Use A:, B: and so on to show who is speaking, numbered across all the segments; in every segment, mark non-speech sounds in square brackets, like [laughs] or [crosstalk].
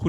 A: คุ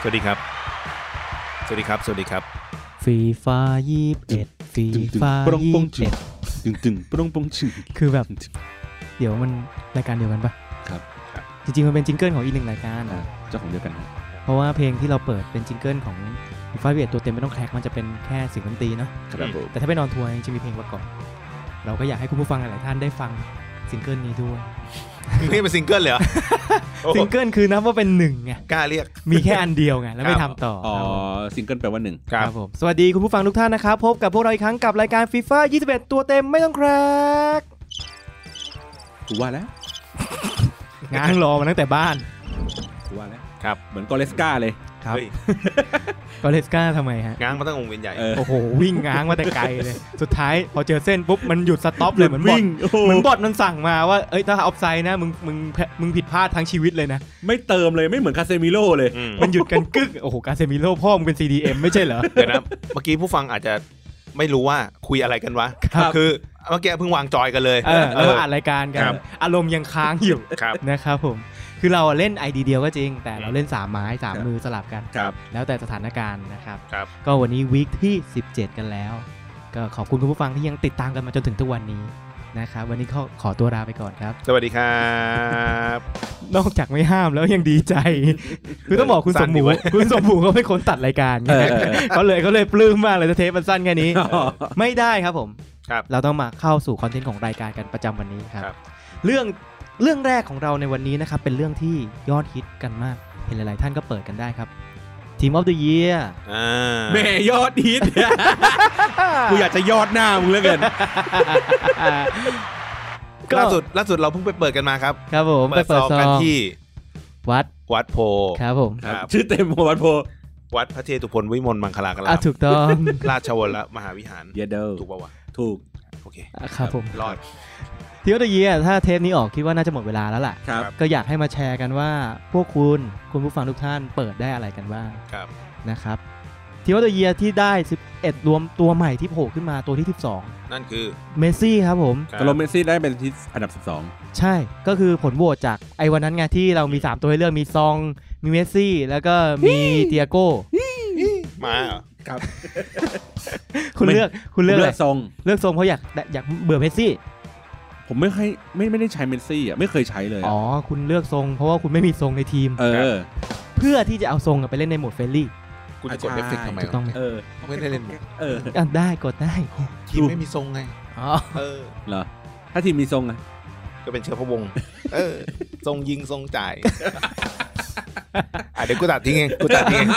B: สวัสดีครับ สวัสดีครับ สวัสดีครับ
C: ฟีฟ่ายี่สิบเอ็ดฟีฟ่า
B: ปรง
C: ยี่
B: ปรง
C: สิบ
B: จึง
C: เอ็ด
B: ตึงตึงปรงปรงชื่อ
C: คือแบบ เดี๋ยวมันรายการเดียวกันปะ
B: ครับ
C: จริงๆ มันเป็นจิงเกิลของอีกหนึ่งรายการ
B: เจ้าของเดียวกันนะ
C: เพราะว่าเพลงที่เราเปิดเป็นจิงเกิลของฟีฟ่ายี่สิบเอ็ดตัวเต็มไม่ต้องแคร็กมันจะเป็นแค่เสียงดนตรีเนาะ
B: ครับผม
C: แต่ถ้าไปนอนทัวร์ยังจะมีเพลงประกอบเราก็อยากให้คุณผู้ฟังหลายๆท่านได้ฟังซิงเกิลนี้ด้วย
B: นี่ [laughs] เป็นซิงเกิลเลยเหรอโอ้โห
C: ซิงเกิลคือนับว่าเป็นหนึ่งไง
B: กล้าเรียก
C: มีแค่อันเดียวไงแล้วไม่
B: ครั
C: ทำ
B: บ
C: ต่อ
D: อ๋อ
C: ครับผม
D: ซิงเกิลแปลว่าหนึ่ง
B: ครับ
C: ครับผมสวัสดีคุณผู้ฟังทุกท่านนะครับพบกับพวกเราอีกครั้งกับรายการฟีฟ่ายี่สิบเอ็ดตัวเต็มไม่ต้องแคร็ก
D: กูว่าแล้ว
C: ง้างรอมาตั้งแต่บ้าน
D: กูว่าแล้ว
B: ครับ
D: เหมือนกอเลสกาเลย
C: ครับ
B: เฮ้ย
C: กอเลสก้าทำไมฮะ
B: ง้างมาตั้งวงเวียนใหญ่
D: เออ
C: โอ้โห วิ่งง้างมาแต่ไกลเลย สุดท้ายพอเจอเส้นปุ๊บ มันหยุดสต็อปเลยเหมือนบอท
D: วิ่งโอ้โห
C: เหมือนบอทมันสั่งมาว่า เอ้ย ถ้าออฟไซด์นะ มึง มึง มึงผิดพลาดทั้งชีวิตเลยนะ
D: ไม่เติมเลยไม่เหมือนคาเซมิโร่เลย
B: ม
C: มันหยุดกันกึก โอ้โห กาเซมิโลพ่อมึงเป็น CDM ไม่ใช่เหรอ
B: เดี๋ยวนะเมื่อกี้ผู้ฟังอาจจะไม่รู้ว่าคุยอะไรกันวะ
C: ครับ
B: คือเมื่อกี้เพิ่งวางจอยกันเลย
C: เออแล้วมา
B: เออ
C: อัดรายการกัน
B: ครับ
C: อารมณ์ยังค้างอยู่
B: ครับ
C: นะครับผม คือเราอะเล่นไอดีเดียวก็จริง แต่เราเล่นสามไม้สาม
D: ครับ
C: มือสลับกัน
D: ครับ
C: แล้วแต่สถานการณ์นะครับ
B: ครับ
C: ก็วันนี้วีคที่ 17 กันแล้ว ก็ขอบคุณคุณผู้ฟังที่ยังติดตามกันมาจนถึงทุกวันนี้นะครับวันนี้ก็ขอตัวลาไปก่อนครับ
B: สวัสดีครับ
C: นอกจากไม่ห้ามแล้วยังดีใจ คือต้องบอกคุณสมหมูคุณสมหมูเขาเป็นคนตัดรายการไง
D: เออเออ
C: เขาเลยเขาเลยปลื้มมากเลยจะเทปมันสั้นแค่นี้ ไม่ได้ครับผม
B: ครับ
C: เราต้องมาเข้าสู่คอนเทนต์ของรายการกันประจำวันนี้ครับ
B: ครับ
C: เรื่องเรื่องแรกของเราในวันนี้นะครับ เป็นเรื่องที่ยอดฮิตกันมาก เห็นหลาย ๆ ท่านก็เปิดกันได้ครับทีมออฟเดอะเยีย
B: อ่า
D: [laughs] แม่ยอดฮิต [laughs] กูอยากจะยอดหน้ามึงเหลือเกิน
B: ล่าสุดล่าสุดเราเพิ่งไปเปิดกันมาครับ
C: ครับผมไปเปิด
B: ซอง
C: ซอ
B: กัน
C: ง
B: ที่
C: วัด
B: วัดโพ
C: ครับผม
B: ครับ
D: ชื่อเต็มของวันโพ
B: วัดพระเทตุพนวิมลมังคลากรา
C: อ่ะ
B: ม
C: ถูกต้อง
B: ราชวรมหาวิหาร
D: เยเดล
B: ถูกปะวะ
D: ถูก
B: โอเค
C: ครับผม
B: รอด
C: ทีวอตเยียถ้าเทปนี้ออกคิดว่าน่าจะหมดเวลาแล้วล่ะ
D: ครับ
C: ก็อยากให้มาแชร์กันว่า พวกคุณคุณผู้ฟังทุกท่านเปิดได้อะไรกันบ้าง
B: ครับ
C: นะครับทีวอตเยียที่ได้ 11 รวมตัวใหม่ที่โผล่ขึ้นมาตัวที่
B: นั่นคือ
C: 12 เมสซี่ครับผม
B: ครับ
D: ตกลงเมสซี่ได้เป็นที่อันดับ 12
C: ใช่ ก็คือผลโหวตจากไอ้วันนั้นไงที่เรามี 3 ตัวให้เลือกมีซอง มีเมสซี่ แล้วก็มีเตียโก้
B: มาเหรอ
D: ครับ
C: คุณเลือกคุณเลือกอะไร
D: ทรง
C: เลือกทรงเพราะอยากได้อยากเบื่อเมสซี่
D: ผมไม่เคยไม่ไม่ได้ใช้เมสซี่อ่ะไม่เคยใช้เลยอะ
C: อ๋อ คุณเลือกทรง เพราะว่าคุณไม่มีทรงในทีม
D: เออ
C: เพื่อที่จะเอาทรงอะไปเล่นในโหมดเฟรนลี่
B: กูจะกด
D: อาจารย์
B: เอฟเฟกต์ทำไม
C: ถูกต้องไหม
D: เออ
B: เขาไม่ได้เล่น
D: เออ
C: อ่ะได้กดได้
B: ทีมไม่มีทรงไง
C: อ๋อ
B: เออ
D: เหรอ ถ้าทีมมีทรงอ่ะ
B: ก็เป็นเชื้อพระวงศ์เออ ทรงยิงทรงจ่ายอ่ะเดี๋ยวกูตัดทิ้งเองกูตัดทิ้งเอง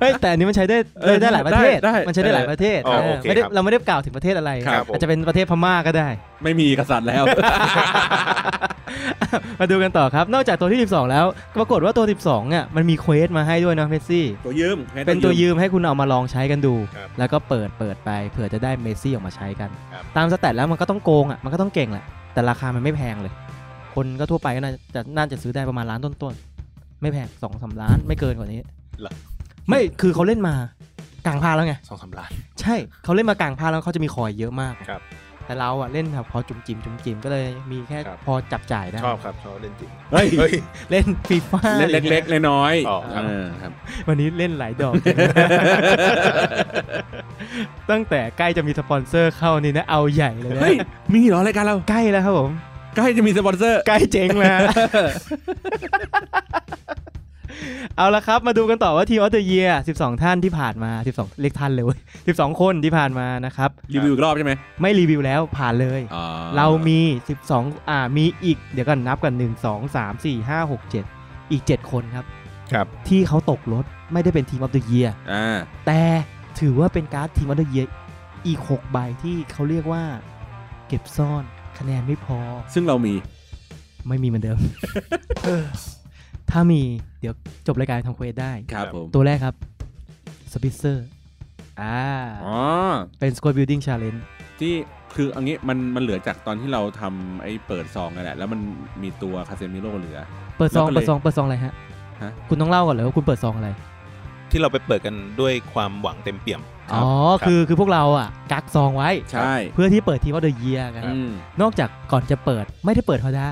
C: เฮ้ยแต่อันนี้มันใช้ได้
D: เอ
C: ได้
D: อ
C: ได้หลายประเทศ
D: ได้ได้
C: มันใช้ได้หลายประเทศ
B: อ๋อ
C: เอ
B: โอ
C: อ
B: เค
C: ไม่ได้
B: ครับ
C: เราไม่ได้กล่าวถึงประเทศอะไร
B: ครับผม
C: อาจจะเป็นประเทศพม่าก็ได้
D: ไม่มีกษัตริย์
A: [laughs]
D: แล้ว
C: มาดูกันต่อครับ นอกจากตัวที่ 12 แล้วปรากฏว่าตัว 12เนี่ยมันมีเควสมาให้ด้วยเนาะเมสซี่
D: ตัวยืม
C: เป็นตัวยืมให้คุณเอามาลองใช้กันดู
B: ครับ
C: แล้วก็เปิดเปิดไปเผื่อจะได้เมสซี่ออกมาใช้กัน
B: ครับ
C: ตามสแตทแล้วมันก็ต้องโกงอ่ะมันก็ต้องเก่งแหละ แต่ราคามันไม่แพงเลย คนก็ทั่วไปก็น่าจะน่าจะซื้อได้ประมาณล้านต้นๆ ไม่แพงสองสาล้านไม่เกินกว่านี้
B: หรอ
C: ไม่คือเขาเล่นมากลางพาแล้วไง
B: สองสามล้าน
C: ใช่เขาเล่นมากลางพาแล้วเขาจะมีคอยเยอะมาก
B: ครับ
C: แต่เราอ่ะเล่นแบบพอจุ่มจิมจุ่มจิมก็เลยมีแค่
B: ครับ
C: พอจับจ่ายได้
B: ชอบครับชอบเล่นจริง
D: เฮ้ย
B: เฮ้ย
C: เล่นฟีฟ่า
D: เล่นเล็กๆน้อย
B: อ๋อครับ
D: เออครับ
C: วันนี้เล่นหลายดอก [laughs] ตั้งแต่ใกล้จะมีสปอนเซอร์เข้านี่นะเอาใหญ่เลยนะ
D: เฮ้ย มีเหรอรายการเรา
C: ใกล้แล้วครับผม
D: ใกล้จะมีสปอนเซอร์
C: ใกล้เจ๊ง [laughs] แล้ว เอาละครับ มาดูกันต่อว่าทีมออสเตรเลีย12 ท่านที่ผ่านมา 12 เล็กท่านเลยเว้ย12 คนที่ผ่านมานะครับ
D: รีวิวอีกรอบใช่ไหม
C: ไม่รีวิวแล้วผ่านเลย
D: อ๋อ
C: เรามี 12 อ่า มีอีก เดี๋ยวก่อนนับกัน 1 2 3 4 5 6 7 อีก 7 คนครับ
B: ครับ
C: ที่เขาตกรถไม่ได้เป็นทีมออฟเดอะเยีย
D: อ่า
C: แต่ถือว่าเป็นการ์ดทีมออฟเดอะเยียอีก 6 ใบที่เขาเรียกว่า เก็บซ่อนคะแนนไม่พอ
D: ซึ่งเรามี
C: ไม่มีเหมือนเดิม ท [laughs] ถ้ามีเดี๋ยวจบรายการทำเควสได้
A: ครับผม
C: ตัวแรกครับสปิเซอร์อ่า
A: อ๋อ
C: เป็นส u a บิ e ดิ้งชาเลนจ์
A: ที่คืออันนี้มันมันเหลือจากตอนที่เราทำไอ้เปิดซองกันแหละแล้วมันมีตัวคาเซมิโร่เหลือ
C: เปิดซอง
A: แล้วก็เลย
C: เปิดซองเปิดซองอะไรฮะ
A: ฮะ
C: คุณต้องเล่าก่อนเลยว่าคุณเปิดซองอะไร
B: ที่เราไปเปิดกันด้วยความหวังเต็มเปี่ยม
A: ครับ
C: อ๋อ คือคือพวกเราอ่ะ กักซองไว้
A: ใช่
C: เพื่อที่เปิดทีว่าเดอะเยียกัน
A: อืม
C: นอกจากก่อนจะเปิดไม่ได้เปิดธรรมดา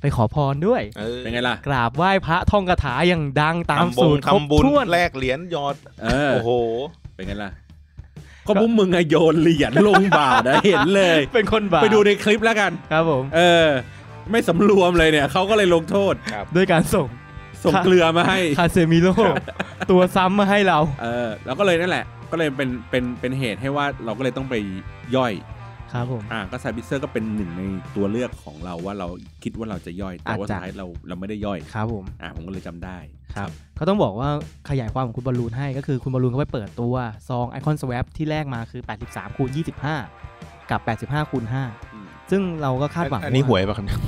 C: ไปขอพรด้วย
B: เออ
A: เป็นไงล่ะ
C: กราบไหว้พระท่องคาถาอย่างดังตาม
B: ทำบ
C: สู
B: ง
C: ตรครบ
B: ทำบุญ
C: ถ้วน
B: แลกเหรียญหยอด
A: เออ
B: โอ้โห
A: เป็นไงล่ะ ก็พวกมึงอะโยนเหรียญลงบาทนะเห็นเลย
C: เป็นคนบาป
A: ไปดูในคลิปแล้วกัน
C: ครับผม
A: เออ ไม่สำรวมเลยเนี่ย เขาก็เลยลงโทษ
C: ด้วยการส่ง
A: ส่งเกลือมาให้
C: คาเซมิโร่ตัวซ้ำมาให้เรา
A: เออแล้วก็เลยนั่นแหละ ก็เลยเป็นเป็นเป็นเหตุให้ว่าเราก็เลยต้องไปย่อย
C: ครับผม
A: อ่าก็ไซบิเซอร์ก็เป็นหนึ่งในตัวเลือกของเราว่าเราคิดว่าเราจะย่อย แต่ว่าสุดท้ายเราเราไม่ได้ย่อย
C: ครับผม
A: อ่าผมก็เลยจำได้
C: ครับเขาต้องบอกว่าขยายความของคุณบอลลูนให้ก็คือคุณบอลลูนเขาไปเปิดตัวซองไอคอนสว p ที่แรกมาคือ 83คูณ25 กับ 85คูณ
A: อืม
C: 5ซึ่งเราก็คาดหวัง
B: อันนี้ห
C: า
B: วยป่ะครับเนี่ย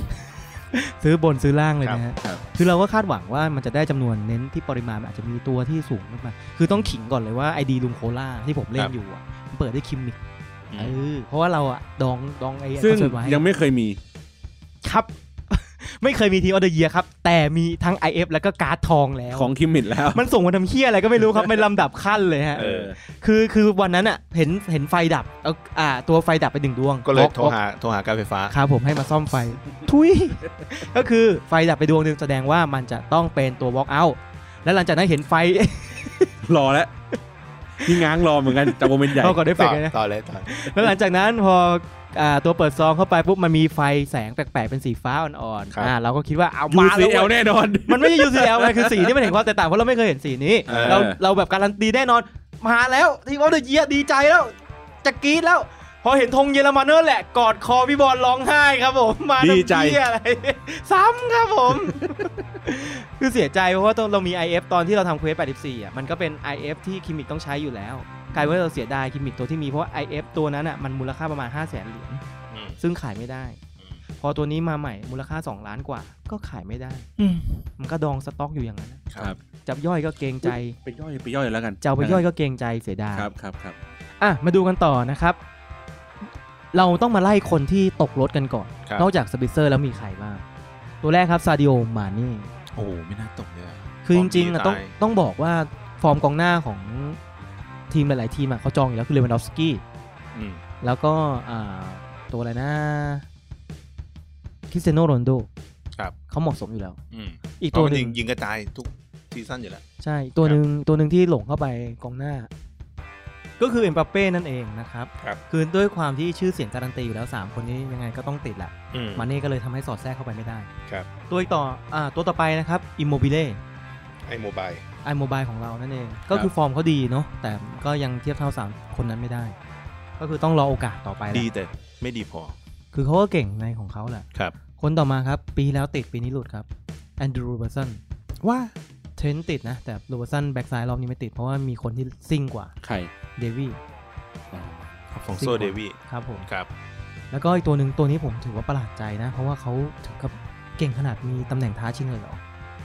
C: ซื้อบนซื้อล่างเลยนะฮะ
A: ครับ
C: คือเราก็คาดหวังว่ามันจะได้จำนวนเน้นที่ปริมาณมันอาจจะมีตัวที่สูงมากๆคือต้องขิงก่อนเลยว่าไอดีลุงโคล่าที่ผมเล่
B: ครั
C: น
B: บ
C: อยู่อะมันเปิดด้วยคิมมิก
B: อืม
C: เออเพราะว่าเราอะดองดองไอ้
A: ซึ่ง
C: คอนเสิร์ตไว้
A: ยังไม่เคยมี
C: ครับ ไม่ [laughs] เคยมีทีออเดอร์เยียครับ แต่มีทั้ง IF แล้วก็การ์ดทองแล้ว
A: ของคิมมิดแล้ว [laughs]
C: มันส่งมาทำเคี้ยอะไรก็ไม่รู้ครับเป็นลำดับขั้นเลยฮะ
B: เออ
C: คือคือวันนั้นอะเห็นเห็นไฟดับเอาอ่า ตัวไฟดับไปหนึ่งดวง
B: ก็เลย
C: บ
B: โทรหาโทรหาการไฟฟ้า
C: ครับผมให้มาซ่อมไฟ ทุย ก็คือไฟดับไปดวงหนึ่งแสดงว่ามันจะต้องเป็นตัว walk out และหลังจากนั้นเห็นไฟ
A: รอแล้วนี่ง้างรอเหมือนกันจากโมเมนต์ใหญ่
C: [laughs] เราก็ได้เฟ
B: ต่
C: ก
B: อ
C: ต์เลยนะ
B: ต่อเลยต่อ
C: แล้วหลังจากนั้นพออ่าตัวเปิดซองเข้าไปปุ๊บมันมีไฟแสงแปลกๆเป็นสีฟ้าอ่อน
B: ครับ
C: ๆอ่าเราก็คิดว่าเอามาแล้วเว้
A: UCL
C: ย
A: แน่นอน [laughs]
C: มันไม่ใช่ UCL มันคือสีที่มันเห็นความแตกต่างเพราะเราไม่เคยเห็นสีนี้
A: เออ
C: เราเราแบบการันตีแน่นอน มาแล้วทีมออสเตรเลียดีใจแล้ว จะกรี๊ดแล้ว พอเห็นธงเยอรมันเนอร์แหละ กอดคอพี่บอลร้องไห้ครับผม มา
A: ดีใจ
C: น้ำเหี้ยอะไร [laughs] ซ้ำครับผม [laughs] คือเสียใจเพราะว่าตอนเรามี IF ตอนที่เราทำเควส84อ่ะมันก็เป็น IF ที่คิมมิกต้องใช้อยู่แล้วกลายเป็นว่าเราเสียดายคิมมิกตัวที่มีเพราะว่า IF ตัวนั้นอ่ะมันมูลค่าประมาณ 5 0 0 0 0 0เหรียญ
B: อืม
C: ซึ่งขายไม่ได้ พอตัวนี้มาใหม่มูลค่า 2 ล้านกว่า ก็ขายไม่ได้ มันก็ดองสต็อกอยู่อย่างนั้นนะครับ จับย่อยก็เกรงใจ
A: ไปย่อยไปย่อยแล้วกัน
C: จะเอาไปย่อยก็เกรงใจเสียดาย
A: ครับครับครับ
C: อ่ะ มาดูกันต่อนะครับ เราต้องมาไล่คนที่ตกรถกันก่อน
B: ครับ
C: นอกจากสปิเซอร์แล้วมีใครบ้าง ตัวแรกครับซาดิโอมานี่
B: โอ้โหไม่น่าตกเลยอะ
C: คือจริง
B: ฟอร์
C: ๆ
B: มดี
C: อะต้อง
B: ตาย
C: ต้องบอกว่าฟอร์มกองหน้าของทีมหลาย ๆ ทีมอะเขาจองอยู่แล้วคือเลวันดอฟสกี้
B: อืม
C: แล้วก็อ่าตัวอะไรนะคริสเตียโนโรนลโด
B: ครับ
C: เขาเหมาะสมอยู่แล้ว
B: อืม
C: อีก
B: เพ
C: ตั
B: ราะ
C: ว
B: มัน
C: ห
B: ยิง
C: นึ่ง
B: ยิงกระจายทุกซีซั่นอยู่แล้ว
C: ใช่ตัวหนึ่งตัวหนึ่งที่หลงเข้าไปกองหน้า ก็คือเอ็มบัปเป้นั่นเองนะครับ
B: ครับ
C: คือด้วยความที่ชื่อเสียงการันตีอยู่แล้ว 3 คนนี้ยังไงก็ต้องติดแหละ
B: อืม
C: มาเน่ก็เลยทำให้สอดแทรกเข้าไปไม่ได้
B: ครับ
C: ตัวอีกต่ออ่าตัวต่อไปนะครับอิมโมบิเล่
B: ไอ้โมบาย
C: ไอโมบายของเรานั่นเอง ก็คือฟอร์มเขาดีเนาะแต่ก็ยังเทียบเท่าสามคนนั้นไม่ได้ ก็คือต้องรอโอกาสต่อไปแหละ
B: ดีแต่ไม่ดีพอ
C: คือเขาก็เก่งในของเขาแหละ
B: ครับ
C: คนต่อมาครับ ปีแล้วติดปีนี้หลุดครับแอนดรูว์โรเบอร์สัน
B: ว่า
C: เทรนต์ติดนะ แต่โรเบอร์สันแบ็กซ้ายรอบนี้ไม่ติด เพราะว่ามีคนที่ซิ่งกว่า
A: ไข่
C: เดวี่
B: ฟองโซเดวี่
C: ครับผม
B: ครับ
C: แล้วก็อีกตัวหนึ่งตัวนี้ผมถือว่าประหลาดใจนะ เพราะว่าเขาถึงกับเก่งขนาดมีตำแหน่งท้าชิงเลยเหรอ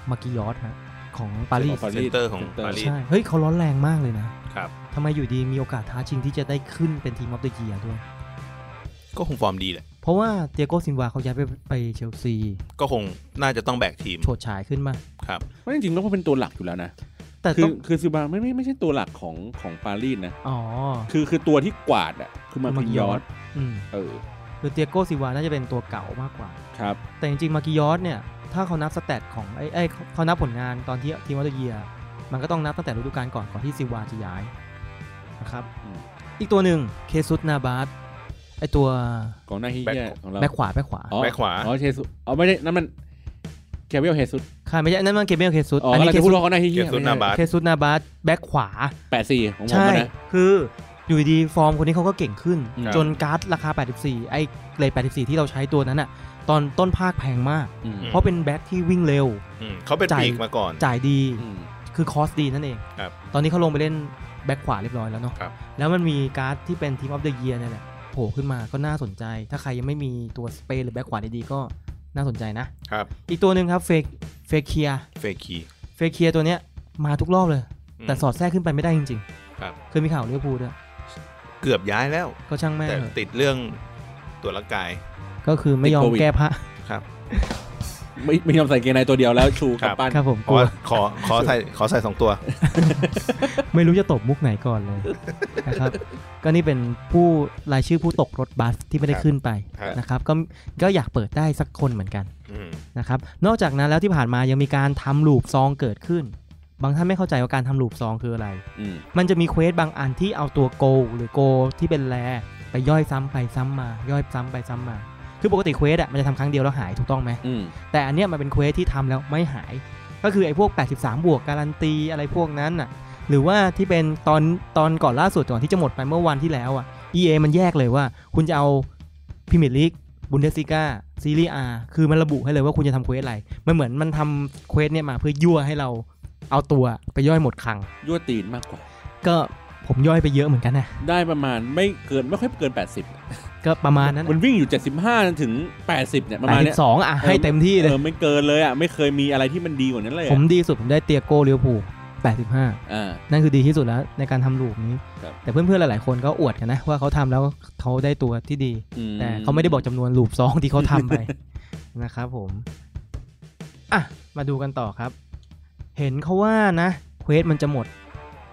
C: มากิยอสฮะของปารีส
B: เซ็นเตอร์ของปารีส
C: ใช่ เฮ้ยเขาร้อนแรงมากเลยนะครับ ทำไมอยู่ดีมีโอกาสท้าชิงที่จะได้ขึ้นเป็นทีมออฟเดอะเยียร์ด้วย
B: ก็คงฟอร์มดีแหละ
C: เพราะว่าเตียโกซินวาเขาย้ายไปไปเชลซี
B: ก็คงน่าจะต้องแบกทีม
C: โฉดฉายขึ้นมา
B: ครับ
A: ไม่จริงๆแล้วก็เป็นตัวหลักอยู่แล้วนะ
C: แต่
A: คื
C: ต้
A: อ
C: อง
A: คือซิบาไม่ไม่ไม่ใช่ตัวหลักของของปารีสนะ
C: อ๋อ
A: คือคือตัวที่กวาดอ่ะคือมันเป็นยอด
C: อืม
A: เออ
C: คือเตียโกซิวาน่าจะเป็นตัวเก่ามากกว่า
A: ครับ
C: แต่จริงๆ มากิยอสเนี่ย ถ้าเขานับสเตตของไอ้ไอ้ยเขาเขานับผลงานตอนที่ทีมวอตเยีย มันก็ต้องนับตั้งแต่ฤดูกาลก่อนก่อนที่ซิวาจะย้ายนะครับ
A: อืม
C: อีกตัวหนึ่งเคซุสนาบาสไอ้ตัว
A: กองหน้าที่
B: แบ็ค
A: แย่ของเรา
C: แบ็คขวาแบ็คขวา
A: อ๋อ
B: แบ็คขวา
A: อ๋อเชซุอ๋อไม่ได้นั่นมันแคเวลเฮซุส
C: ค่ะไม่ใช่นั่นมันเกเบรียลเคซุส
A: อ๋อเรา
C: เค
A: จะพู
C: ซุ
A: ด
C: ส
A: ว่ากองหน้าที่
B: เกี
A: แย่
B: ยรติสุนาบาส
C: เคซุสนาบาสแบ็คขวา
A: แปดสี่ของผม
C: ใช่
A: อะนะ
C: คืออยู่ดีฟอร์มคนนี้เขาก็เก่งขึ้น
A: อืม
C: จนการ์ดราคา 84 ไอ้เลท84 ที่เราใช้ตัวนั้นอะตอนต้นภาคแพงมาก
A: อืม
C: เพราะเป็นแบ็คที่วิ่งเร็ว
B: อืมเขาเป็น
C: จ่าย
B: ปีกมาก่อน
C: จ่ายดี
A: อืม
C: คือคอสดีนั่นเอง
B: ครับ
C: ตอนนี้เขาลงไปเล่นแบ็คขวาเรียบร้อยแล้วเนาะ
B: ครับ
C: แล้วมันมีการ์ดที่เป็นทีมออฟเดอะเยียเนี่ยแหละโผล่ขึ้นมาก็น่าสนใจ ถ้าใครยังไม่มีตัวสเปนหรือแบ็คขวาดีๆก็ น่าสนใจนะ
B: ครับ
C: อีกตัวหนึ่งครับเฟกเฟกเคีย
B: เฟคี
C: เฟกเคียตัวเนี้ยมาทุกรอบเลย
B: ม
C: แต่สอดแทรกขึ้นไปไม่ได้จริง
B: ครับ
C: ๆเคยมีข่าวเลี้ยวพูลด้วย
B: เกือบย้ายแล้ว
C: ก็ช่างแม่ง
B: แต่
C: เถอะ
B: ติดเรื่องตัวจร่างกาย
C: ก็คือไม่ยอม
D: ติดโควิด
C: แก้ผ้า
D: ไม่ไม่ยอมใส่เกงในตัวเดียวแล้วชู
B: ครับ
D: กำปั้น
C: ครับผม
B: เพ
C: ก
B: ราะว่า [laughs] ขอข
C: ลัว
B: อ
C: [laughs]
B: ใส่ขอใส่สองตัว
C: ไม่รู้จะตบมุกไหนก่อนเลย นะครับก็นี่เป็นผู้รายชื่อผู้ตกรถบัสที่ไม่ได้
B: ครับ
C: ขึ้นไป
B: ครับ
C: นะครับก็ก็อยากเปิดได้สักคนเหมือนกัน
B: อืม
C: นะครับนอกจากนั้นแล้วที่ผ่านมายังมีการทำลูปซองเกิดขึ้น บางท่านไม่เข้าใจว่าการทำลูปซองคืออะไร
D: อืม
C: มันจะมีเควสบางอันที่เอาตัวโกหรือโกที่เป็นแรไปย่อยซ้ำไปซ้ำมา ย่อยซ้ำไปซ้ำมา คือปกติเควสอ่ะมันจะทำครั้งเดียวแล้วหายถูกต้องไหม
D: อืม
C: แต่อันเนี้ยมันเป็นเควสที่ทำแล้วไม่หาย ก็คือไอ้พวก 83 บวกการันตีอะไรพวกนั้นน่ะหรือว่าที่เป็นตอนตอนก่อนล่าสุดก่อนที่จะหมดไปเมื่อวันที่แล้วอ่ะ EA มันแยกเลยว่า คุณจะเอาพิมิลิกบุนเดสิก้าซีรีอาคือมันระบุให้เลยว่าคุณจะทำเควสอะไรมันเหมือนมันทำเควสเนี่ยมาเพื่อยั่วให้เราเอาตัวไปย่อยหมดครั้ง
D: ยั่วตีนมากกว่า
C: ก็ผมย่อยไปเยอะเหมือนกันนะ
D: ได้ประมาณไม่เกินไม่ค่อยเกิน 80
C: ก็ประมาณนั้น
D: มันวิ่งอยู่ 75 ถึง 80 เนี่ย ประมาณเนี้ย
C: สองอ่ะ ให้เต็มที่
D: เอ
C: เลย
D: อไม่เกินเลยอ่ะ ไม่เคยมีอะไรที่มันดีกว่านั้นเลย
C: ผ
D: อะ
C: มดีสุด ผมได้เตียโก้เลียวผู85
D: อ่า
C: นั่นคือดีที่สุดแล้วในการทำลูปนี้
D: ครับ
C: แต่เพื่อนๆ หลายๆ คนก็อวดกันนะ ว่าเขาทำแล้วเขาได้ตัวที่ดี
D: อื
C: แต่เขาไม่ได้บอกจำนวนลูปซองที่เขาทำไป
D: [laughs]
C: นะครับผม อ่ะ มาดูกันต่อครับ เห็นเขาว่านะเควสมันจะหมด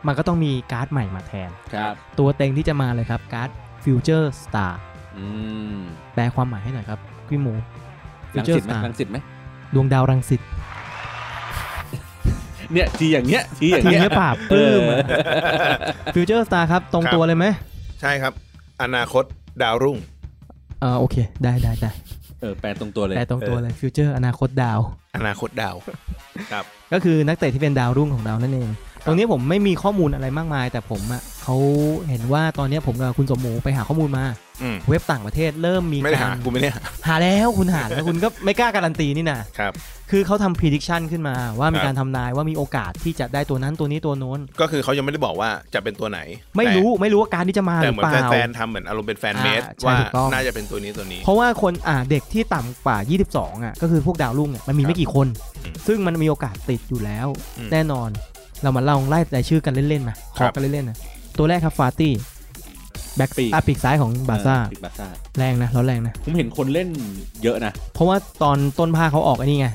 C: มันก็ต้องมีการ์ดใหม่มาแทน
D: ครับ
C: ตัวเต็งที่จะมาเลยครับการ์ดฟิวเจอร์สตาร์
D: อืม
C: แปลความหมายให้หน่อยครับพี่หมู
D: ลัง
C: Future
D: สิตไหม
C: Star
D: ลังสิตไหม
C: ดวงดาวรังสิต
D: เนี่ยทีอย่างเงี้ยทีอย่าง
C: ที
D: เงี้ย
C: ไม่ปราบปลื้ม [laughs] ฟิวเจอร์สตาร์ครับ ตรง
B: ครับ
C: ตัวเลยไหม
B: ใช่ครับ อนาคตดาวรุ่ง
C: เออโอเค ได้ได้ได้
D: เออแปลตรงตัวเลย
C: แต่ตรงตัว
B: เออ
C: เลยฟิวเจอร์อนาคตดาว
B: อนาคตดาว
C: ก็คือนักเตะที่เป็นดาวรุ่งของเรานั่นเอง ตรงนี้ผมไม่มีข้อมูลอะไรมากมาย แต่ผมอ่ะเขาเห็นว่าตอนเนี้ยผมกับคุณสมหมูไปหาข้อมูลมา
B: อืม
C: เว็บต่างประเทศเริ่มมี
B: ไม่ได้
C: กา
B: หารกูไม่ได้หา
C: หาแล้วคุณหาแล้วคุณก็ไม่กล้าการันตีนี่นะครับ คือเขาทำ prediction ขึ้นมา ว่ามี
B: ครับ
C: การทำนายว่ามีโอกาสที่จะได้ตัวนั้นตัวนี้ตัวโน้น
B: ก็คือเขายังไม่ได้บอกว่าจะเป็นตัวไหน
C: ไม่รู้ไม่รู้ว่าการที่จะมา
B: แต่
C: ห
B: แต่
C: รือ
B: เหมือน
C: เปล่า
B: แฟนๆทำเหมือนอารมณ์เป็นแฟนเมส
C: อ่าใช่
B: ว่า
C: ถูกต้อง
B: น่าจะเป็นตัวนี้ตัวนี้
C: เพราะว่าคนอ่าเด็กที่ต่ำกว่า 22 อ่ะ ก็คือพวกดาวรุ่งเนี่ยมันมี
B: ครับ
C: ไม่กี่คน
B: อืม
C: ซึ่งมันมีโอกาสติดอยู่แล้ว
B: อืม
C: แน่นอนเรามาลองไล่รายชื่อกันเล่นๆมาข
B: ครั
C: อบ กันเล่นๆนะตัวแรกครับฟาตี้แบ็ก
D: ปีก
C: อ่ะปีกซ้ายของบาร์ซ่า
D: ปีกบาซ่า
C: แรงนะร้อนแรงนะ
D: ผมเห็นคนเล่นเยอะนะ
C: เพราะว่าตอนต้นภาคเขาออกไอ้นี่ไง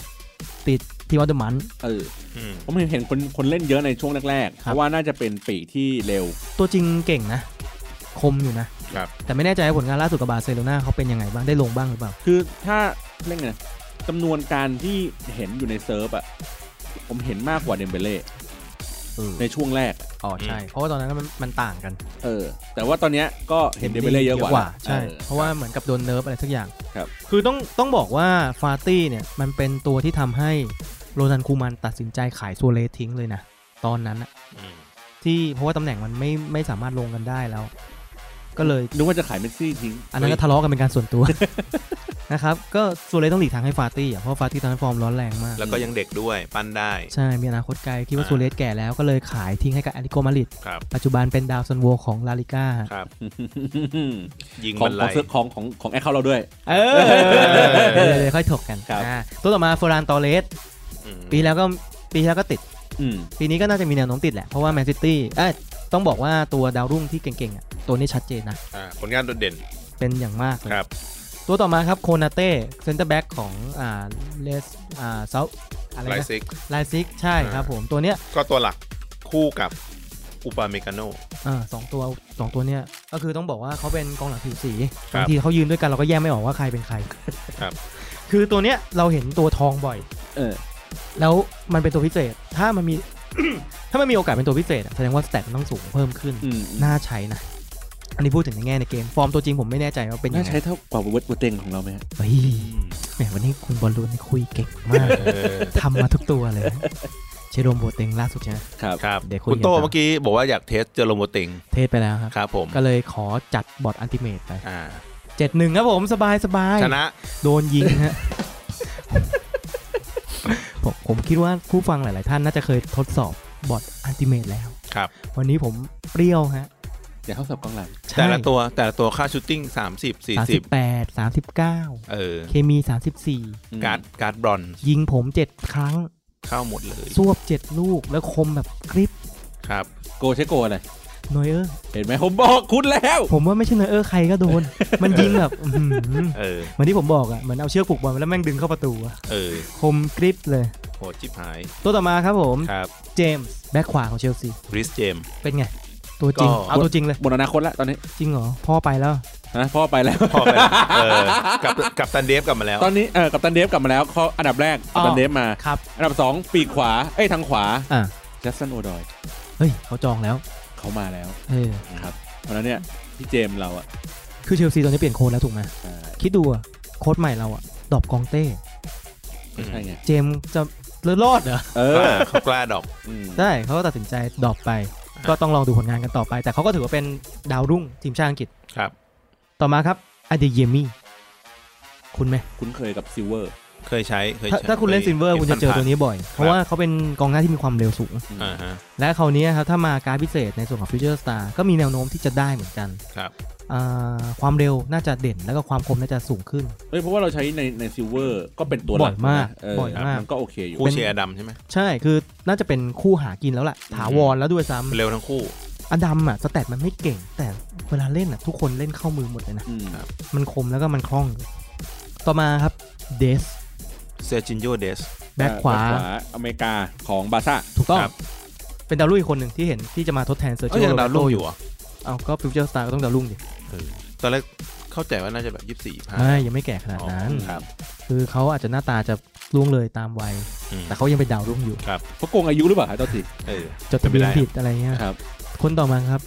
C: ติดทีมออตเดอร์มัน
D: เออ
B: อืม
D: ผมเห็นเห็นคนคนเล่นเยอะในช่วงแรกๆ
C: ครับ
D: เพราะว่าน่าจะเป็นปีกที่เร็ว
C: ตัวจริงเก่งนะ คมอยู่นะ
B: ครับ
C: แต่ไม่แน่ใจว่าผลงานล่าสุดกับบาร์เซโลนาเขาเป็นยังไงบ้างได้ลงบ้างหรือเปล่า
D: คือถ้าเล่นไงนะจำนวนการที่เห็นอยู่ในเซิร์ฟอะผมเห็นมากกว่าเดมเบเล่
C: เออ
D: ในช่วงแรก
C: อ๋อใช่ เพราะว่าตอนนั้นมันมันต่างกัน
D: เออ แต่ว่าตอนเนี้ยก็เห็นเดมเบเล่เยอะกว่า
C: ใช่
D: เออ
C: เพราะว่าเหมือนกับโดนเนิร์ฟอะไรสักอย่าง
D: ครับ
C: คือต้องต้องบอกว่าฟาตี้เนี่ย มันเป็นตัวที่ทำให้โรนันคูมันตัดสินใจขายซัวเรสทิ้งเลยนะ ตอนนั้นน่ะ
B: อืม
C: ที่เพราะว่าตำแหน่งมันไม่ไม่สามารถลงกันได้แล้ว ก็เลย
D: นึกว่าจะขายเมสซี่ทิ้ง
C: อันนั้นก็ทะเลาะกันเป็นการส่วน
D: [laughs]
C: ตัว นะครับ ก็ซัวเรสต้องหลีกทางให้ฟาตี้อ่ะเพราะฟาตี้ตอนนั้นฟอร์มร้อนแรงมาก
B: แล้วก็ยังเด็กด้วยปั้นได้
C: ใช่ มีอนาคตไกลคิดว่า
B: อ่า
C: ซัวเรสแก่แล้วก็เลยขายทิ้งให้กับแอตเลติโกมาดริด
B: ครับ
C: ปัจจุบันเป็นดาวซันโวของลาลิก้า
B: ครับ ยิง
D: ขอบ ง
B: รร
D: ขอ
B: ลั
D: ง
B: ย
D: เซิร์ฟของของของแอคเคาเราด้วย
C: เออเดี๋ยวเดี๋ยวค่อยถกกัน
D: ครับ
C: อ่าตัวต่อมาฟอรานตอเรส
B: อืม
C: ปีแล้วก็ปีแล้วก็ติด
D: อืม
C: ปีนี้ก็น่าจะมีแนวโน้มติดแหละ เพราะว่าแมนซิตี้เอ้ยต้องบอกว่าตัวดาวรุ่งที่เก่งๆอ่ะตัวนี้ชัดเจนนะ
B: อ่าผลงานโดดเด่น
C: เป็นอย่างมากเลย
B: ครับ
C: ตัวต่อมาครับโคนาเต้เซนเตอร์แบ็กของอ่าเลสอ่าเซาอะไร
B: ไล
C: นะ
B: ซิก
C: ไลซิกใช่
B: อ่า
C: ครับผม ตัวเนี้ย
B: ก็ตัวหลักคู่กับอุปาเมกาโน
C: อ่าสองตัวสองตัวเนี้ยก็คือต้องบอกว่าเขาเป็นกองหลังผิวสี
B: ครับ
C: บางทีเขายืนด้วยกันเราก็แยกไม่ออกว่าใครเป็นใคร
B: ครับ
C: [laughs] คือตัวเนี้ยเราเห็นตัวทองบ่อย
D: เออ
C: แล้วมันเป็นตัวพิเศษถ้ามันมี [coughs] ถ้ามันมีโอกาสเป็นตัวพิเศษอะแสดงว่าสแตทมันต้องสูงเพิ่มขึ้น
D: อืม
C: น่าใช้นะ อันนี้พูดถึงในแง่ในเกม ฟอร์มตัวจริงผมไม่แน่ใจว่าเป็นยั
D: น่าง
C: ไง
D: ใช้เท่ากว่าเวร์ดเวอร์เต็งของเราไหมฮะ
C: เฮ้ยแหมวันนี้คุณบอลลูนนี่คุยเก่ง
D: [laughs]
C: มาก ทำมาทุกตัวเลยนะเชโดมโบเต็งล่าสุดใช่ไหม
D: ครับ
B: ครับ
C: เดี๋ยวคุย
B: คุณโต
C: กันต่อ
B: เมื่อกี้บอกว่าอยากเทสเจอโรโมติง
C: เทสไปแล้วครับ
B: ครับผม
C: ก็เลยขอจัดบอร์ดอันติเมตไป
B: อ่า
C: เจ็ดหนึ่งครับผมสบายสบาย
B: ชนะ
C: โดนยิงฮะ ผมผมคิดว่าผู้ฟังหลาย ๆ ท่านน่าจะเคยทดสอบบอร์ดอันติเมตแล้ว
B: ครับ
C: วันนี้ผมเปรี้ยวฮะ
D: อย่าเข้าสับกองหลัง
B: แต่ละตัวแต่ละตัวค่าชูตติ้งสามสิบสี่
C: สาม
B: สิ
C: สิ
B: บบ
C: แปดสามสิบเก้า
B: เออ
C: เคมีสามสิบสี่
D: อืม
B: การ์ดการ์ดบรอนซ์
C: ยิงผมเจ็ดครั้ง
B: เข้าหมดเลย
C: สวบเจ็ดลูกแล้วคมแบบกริป
B: ครับ
D: โกใช้โกอะไร
C: นอยเออร์
D: เห็นไหมผมบอกคุณแล้ว
C: ผมว่าไม่ใช่นอยเออร์ใครก็โด
B: [laughs]
C: น มันยิงแบบอื้อหือ
B: เออ
C: เหมือนที่ผมบอกอ่ะเหมือนเอาเชือกผูกบอลแล้วแม่งดึงเข้าประตูอะ
B: เออ
C: คมกริปเลย
B: โหจิบหาย
C: ตัวต่อมาครับผม
B: ครับ
C: เจมส์แบ็คขวาของเชลซี
B: คริสเจม
C: เป็นไง ตัวจริง
B: ก็
C: เอาตัวจริงเลย
D: หมดอนาคตแล้วตอนนี้
C: จริงเหรอ พ่อไปแล้ว
D: นะพ่อไปแล้ว
B: พอไปแล้วเออกับกับตันเดฟกลับมาแล้ว
D: ตอนนี้เออกับตันเดฟกลับมาแล้วเขาอันดับแรก
C: อ๋
D: กั
C: อ
D: ปตันเดฟมา
C: ครับ
D: อันดับสองปีกขวา เอ้ยทางขวา
C: อ่ะ
D: แจ็คสันโอดอย
C: เฮ้ย เขาจองแล้ว
D: เขามาแล้ว
C: เออ
D: เพราะฉะนั้นเนี่ยพี่เจมส์เราอะ
C: คือเชลซีตอนนี้เปลี่ยนโค้ดแล้วถูกไหม
D: ใช่
C: คิดดูอะโค้ดใหม่เราอะดอบกองเต้
D: ใช่ไง
C: เจมส์จะเลิศรอดเหรอ
D: เอก อ
B: ล้าเขากล้าดอก
D: อืม
C: ได้เขาก็ตัดสินใจดรอปไป ก็ต้องลองดูผลงานกันต่อไป แต่เขาก็ถือว่าเป็นดาวรุ่งทีมชาติอังกฤษ
B: ครับ
C: ต่อมาครับอเดเยมี่คุณไหม
D: คุ้นเคยกับซิลเวอร์
B: เคยใช้เคย
C: ถ้า
B: ใช้
C: ถ้าคุณเล่นซินเวอร์คุณจะเจอตัวนี้บ่อย เพราะว่าเขาเป็นกองหน้าที่มีความเร็วสูง
B: อ่าฮะ
C: และคราวนี้ครับถ้ามาการดพิเศษในส่วนของฟิวเจอร์สตาร์ก็มีแนวโน้มที่จะได้เหมือนกัน
B: ครับ
C: อ่าความเร็วน่าจะเด่นแล้วก็ความคมน่าจะสูงขึ้น
D: เอ้ยเพราะว่าเราใช้ในในซิลเวอร์ก็เป็นตัวห
C: บ่
D: ลั
C: อยมาก
D: นะเออ
C: บ่อยมาก
D: มันก็โอเคอยู่
B: คู่เชียร์อดำใช่ไหม
C: ใช่คือน่าจะเป็นคู่หากินแล้วล่ะ ถาวรแล้วด้วยซ้ำ
B: เร็วทั้งคู่
C: อดัมอ่ะสแตทมันไม่เก่ง แต่เวลาเล่นอ่ะทุกคนเล่นเข้ามือหมดเลยนะ
D: อืม
B: ครับ
C: มันคมแล้วก็มันคล่องอยู่ต่อมาครับเดส
B: เซอร์จินโยเดส
C: แบ็คขวา
D: อเมริกาของบาร์ซ่า
C: ถูกต้อง
B: ครับ
C: เป็นดาวรุ่งอีกคนหนึ่งที่เห็นที่จะมาทดแทนเซอร์
B: ก็
C: จิโอ
B: ยังดาวรุ่งอยู่เหรอ
C: เอาก็ฟิวเจอร์สตาร์ก็ต้องดาวรุ่งดิ
B: เออตอนแรกเข้าใจว่าน่าจะแบบยี่สิบสี่พัน
C: ไม่ยังไม่แก่ขนาดนั้น
B: อ๋อ
D: ครับ
C: คือเขาอาจจะหน้าตาจะล่วงเลยตามวัย แต่เขายังเป็นดาวรุ่งอยู่
D: เขาโกงอายุหรือเปล่าครับเจ้าที
B: เออ
C: จดทะเบียน
B: เป็นไปได้
C: ผิดอะไรเงี้ย
D: ครับ
C: คนต่อมาครับ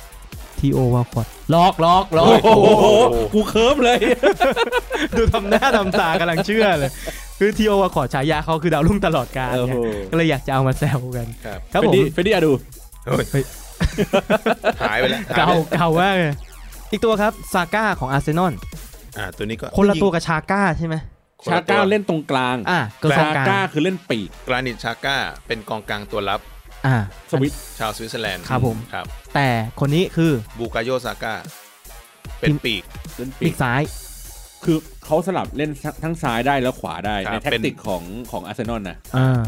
C: ทีโอวาคอดลอกลอกลอก
D: โอ้โหกูเคิร์ฟเลย
C: ดูทำหน้าทำตากำลังเชื่อเลย คือทีโอวาคอดฉายาเขาคือดาวรุ่งตลอดกาล
D: โอ้โห
C: เนี่ยก็เลยอยากจะเอามาแซวกัน
B: ครับ
C: ครับ
D: เฟ
C: ผม
D: ดดี้เฟดดี้อะดู
B: หายไปแล้ว
C: เก่าเก่ามากเลยอีกตัวครับซาก้าของอาร์เซนอล
B: อ่าตัวนี้ก็
C: คนละตัวกับชาก้าใช่ไหม
B: คน
D: ชา
B: ละตัว
D: ก้าเล่นตรงกลาง
C: อ่ะก็ซา
D: ชาก้า
C: ก้า
D: คือเล่นปีก
B: กรานิตชาก้าเป็นกองกลางตัวรับ
C: อ่ะ
D: สวิตช์
B: ชาวสวิตเซอร์แลนด์
C: ครับผม
B: ครับ
C: แต่คนนี้คือ
B: บูกาโยซาก้าเป็นปีก
D: เล่นปี
C: ปี
D: ก
C: กซ้าย
D: คือเขาสลับเล่นทั้งซ้ายได้แล้วขวาได้
B: ครับ
D: ในแท็
B: เป็
D: ก
B: น
D: ติกของของอาร์เซนอลนะ
C: อ่า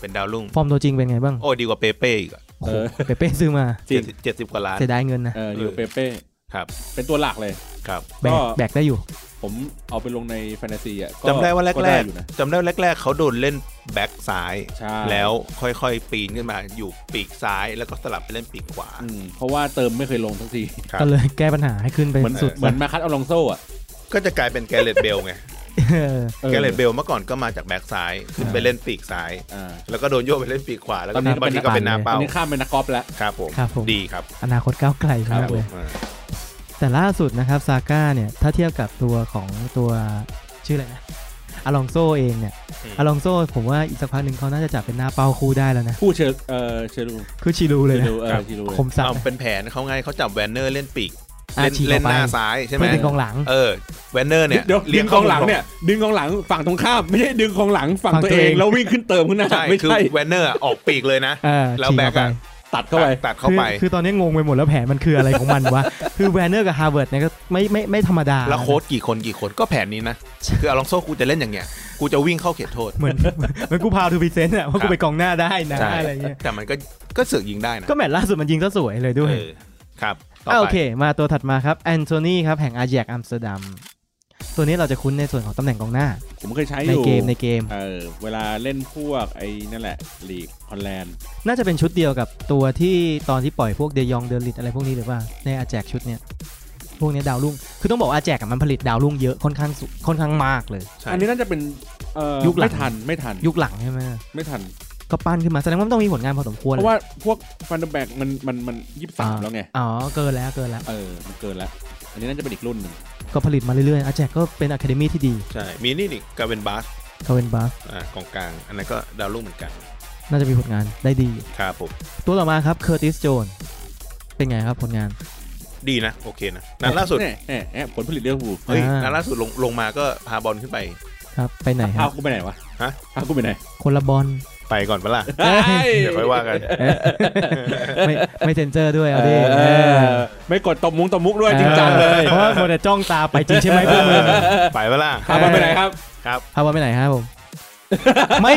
B: เป็นดาวรุ่ง
C: ฟอร์มตัวจริงเป็นไงบ้าง
B: โอ้ดีกว่าเปเป้อีกอะ
C: โอ้โห
D: เออ
C: เปเป้ซื้อมา
D: จริง
B: เจ็ดสิบกว่าล้าน
C: เสียดายเงินนะ
D: เออดิ
B: เอ
D: ว
B: อ
D: เปเป้
B: ครับ
D: เป็นตัวหลักเลย
B: ครับ
C: แบก
D: ก็
C: แบกได้อยู่
D: ผมเอาไปลงในแฟนตาซีอ่ะ
B: จำได้ว่าแร
D: ได้
B: ก
D: อยู่นะ
B: ๆจำได้ว่าแรกๆเขาโดนเล่นแบ็กซ้าย
D: ใช่
B: แล้วค่อยๆ ปีนขึ้นมาอยู่ปีกซ้ายแล้วก็สลับไปเล่นปีกขวา
D: อืมเพราะว่าเติมไม่เคยลงทั้งที
B: ครับ
C: ก็เลยแก้ปัญหาให้ขึ้นไป
D: เหมือน
C: สุด
D: เหมือนมาคัตอลองโซ่อ่ะ
B: ก็จะกลายเป็นแกเรตเบลไง
C: เออ
D: ออ
B: แกเรตเบลเมื่อก่อนก็มาจากแบ็กซ้าย ขึ้นไปเล่นปีกซ้าย
D: อ่า
B: แล้วก็โดนโยกไปเล่นปีกขวา แล้ว
D: ต
B: ก็
D: อนนี้
B: บางทีก็เป็นหน้า
D: อั
B: เป้าน
D: นี้ข้ามไปนักกอล์ฟแล้ว
B: ครับผม
C: ครับผม
B: ดีครับ
C: อนาคตก้าวไกล
B: ครั
C: มาก
B: ผ
C: เลย
B: มอ่า
C: แต่ล่าสุดนะครับซาก้าเนี่ยถ้าเทียบกับตัวของตัวชื่ออะไรนะอลองโซเองเนี่ยอลองโซผมว่าอีกสักพักหนึ่งเขาน่าจะจับเป็นหน้าเป้าคู่ได้แล้วนะ
D: ผู้เชิญเออเชิญดู
C: คือชิลูเลยนะ
D: เชิญดูเออชิลู
C: คมสับ
B: เอา
C: นะ
B: เป็นแผนเขาไงเขาจับแวนเนอร์เล่นปีก
C: อ่า
B: เล่น
C: ฉีกออกไป
B: เล่นหน้าซ้ายใช่ไหม
C: เพื่อเป็นกองหลัง
B: เออแวนเนอร์เนี่ย
D: เดี๋ยวดึงก
B: ข้า
D: องหลังเนี่ย ดึงกองหลังฝั่งตรงข้ามไม่ใช่ดึงกองหลังฝั่ง
C: ฝั่งตั
D: ตัว วเอง
C: เอง
D: แล้ววิ่งขึ้นเติมขึ้นหน้า
B: ใช่
D: ไม่
B: คือ
D: ใช่
B: แวนเนอร์ออกปีกเลยนะ
C: เออ
B: แล้ว
C: ฉีก
B: แบ
C: ออก ไป
B: อะ
D: ตัดเข้าไป
B: ตัดตัดเข้าไป
C: คือคือตอนนี้งงไปหมดแล้วแผนมันคืออะไรของมัน
B: [laughs]
C: วะ คือแวนเนอร์กับฮาร์เวิร์ดเนี่ยก็ไม่ไม่ไม่ธรรมดา
B: แล้วโค้ดกี่คนกี่คนก็แผนนี้นะ
C: ใช่
B: คืออลองโซ่กูจะเล่นอย่างเงี้ย กูจะวิ่งเข้าเขตโทษ
C: เหมือนเหมือนกูพาวทูพีเซนต์อะว่า
B: ครั
C: กู
B: บ
C: ไปกองหน้าได้นะ
B: ใช่
C: อะไรเงี้ย
B: แต่มันก็ก็เสือกยิงได้นะ
C: ก็แมตช์ล่าสุดมันยิงซะสวยเลยด้วย
B: เออครับต่อ
C: อ่ะโอ
B: ไป
C: เค มาตัวถัดมาครับแอนโทนีครับแห่งอาแยกอัมสเตอร์ดัมตัวนี้เราจะคุ้นในส่วนของตำแหน่งกองหน้า
D: ผมเคยใช้อ
C: ใน
D: ยู่
C: เกมในเกม
D: เออเวลาเล่นพวกไอ้นั่นแหละลีกฮอลแลนด์
C: น่าจะเป็นชุดเดียวกับตัวที่ตอนที่ปล่อยพวกเดยองเดลิตอะไรพวกนี้หรือว่าในอาแจกชุดเนี้ยพวกเนี้ยดาวรุ่งคือต้องบอกว่าอาแจกอะมันผลิตดาวรุ่งเยอะค่อนข้างสุค่อนข้างมากเลย
B: ใช่
D: อันนี้น่าจะเป็นเอ่อ
C: ยุคหลัง
D: ไม่ทันไม่ทัน
C: ยุคหลังใช่ไหม
D: ไม่ทัน
C: ก็ปั้นขึ้นมาแสดงว่ามันต้องมีผลงานพอสมควร
D: เพราะว่าพวกฟันเดอร์แบกมันมันมันยี่สิบสามแล้วไง
C: อ๋อเกินแล้วเกินแล้ว
D: เออ มันเกินแล้ว อันนี้น่าจะเป็นอีกรุ่นหนึ่ง
C: ก็ผลิตมาเรื่อยๆอาแจกก็เป็นอะคาเดมี่ที่ดี
B: ใช่มีนี่นี่กาเวนบาส
C: คาเวนบา
B: อ่ากองกลาง อันนั้นก็ดาวรุ่งเหมือนกัน
C: น่าจะมีผลงานได้ดี
B: ครับผม
C: ตัวต่อมาครับเคอร์ติสโจนเป็นไงครับผลงาน
B: ดีนะ โอเคนะนัดล่าสุด
D: เนี่ยเนี่ยเนี่ยผลผลิตเรื่องหูล
B: เฮ้ยนั
C: อ่า
B: ดล่าสุดลงลงมาก็พาบอลขึ้นไป
C: ครับไปไหนค
D: เอา
C: รับ
D: กูไปไหนวะ
B: ฮะ
D: เอากูไปไหน
C: คนละบอล
B: ไปก่อนปะล่ะ เดี๋ยวค่อยว่ากัน
C: ไม่ไม่เซนเซอร์ด้วยเอาดิ
D: เอ
C: เอ
D: อ
C: อ
A: ไม่กดตบมุ้งตบมุกด้วยจริงจังเลย
C: เพราะว่าโมเดจ้องตาไปจริงใช่ไหมพวกมึง
B: ไปปะล่ะ
A: พาบอลไปไหนครับ
B: ครับ
C: พาบอลไปไหนครับผม ไม่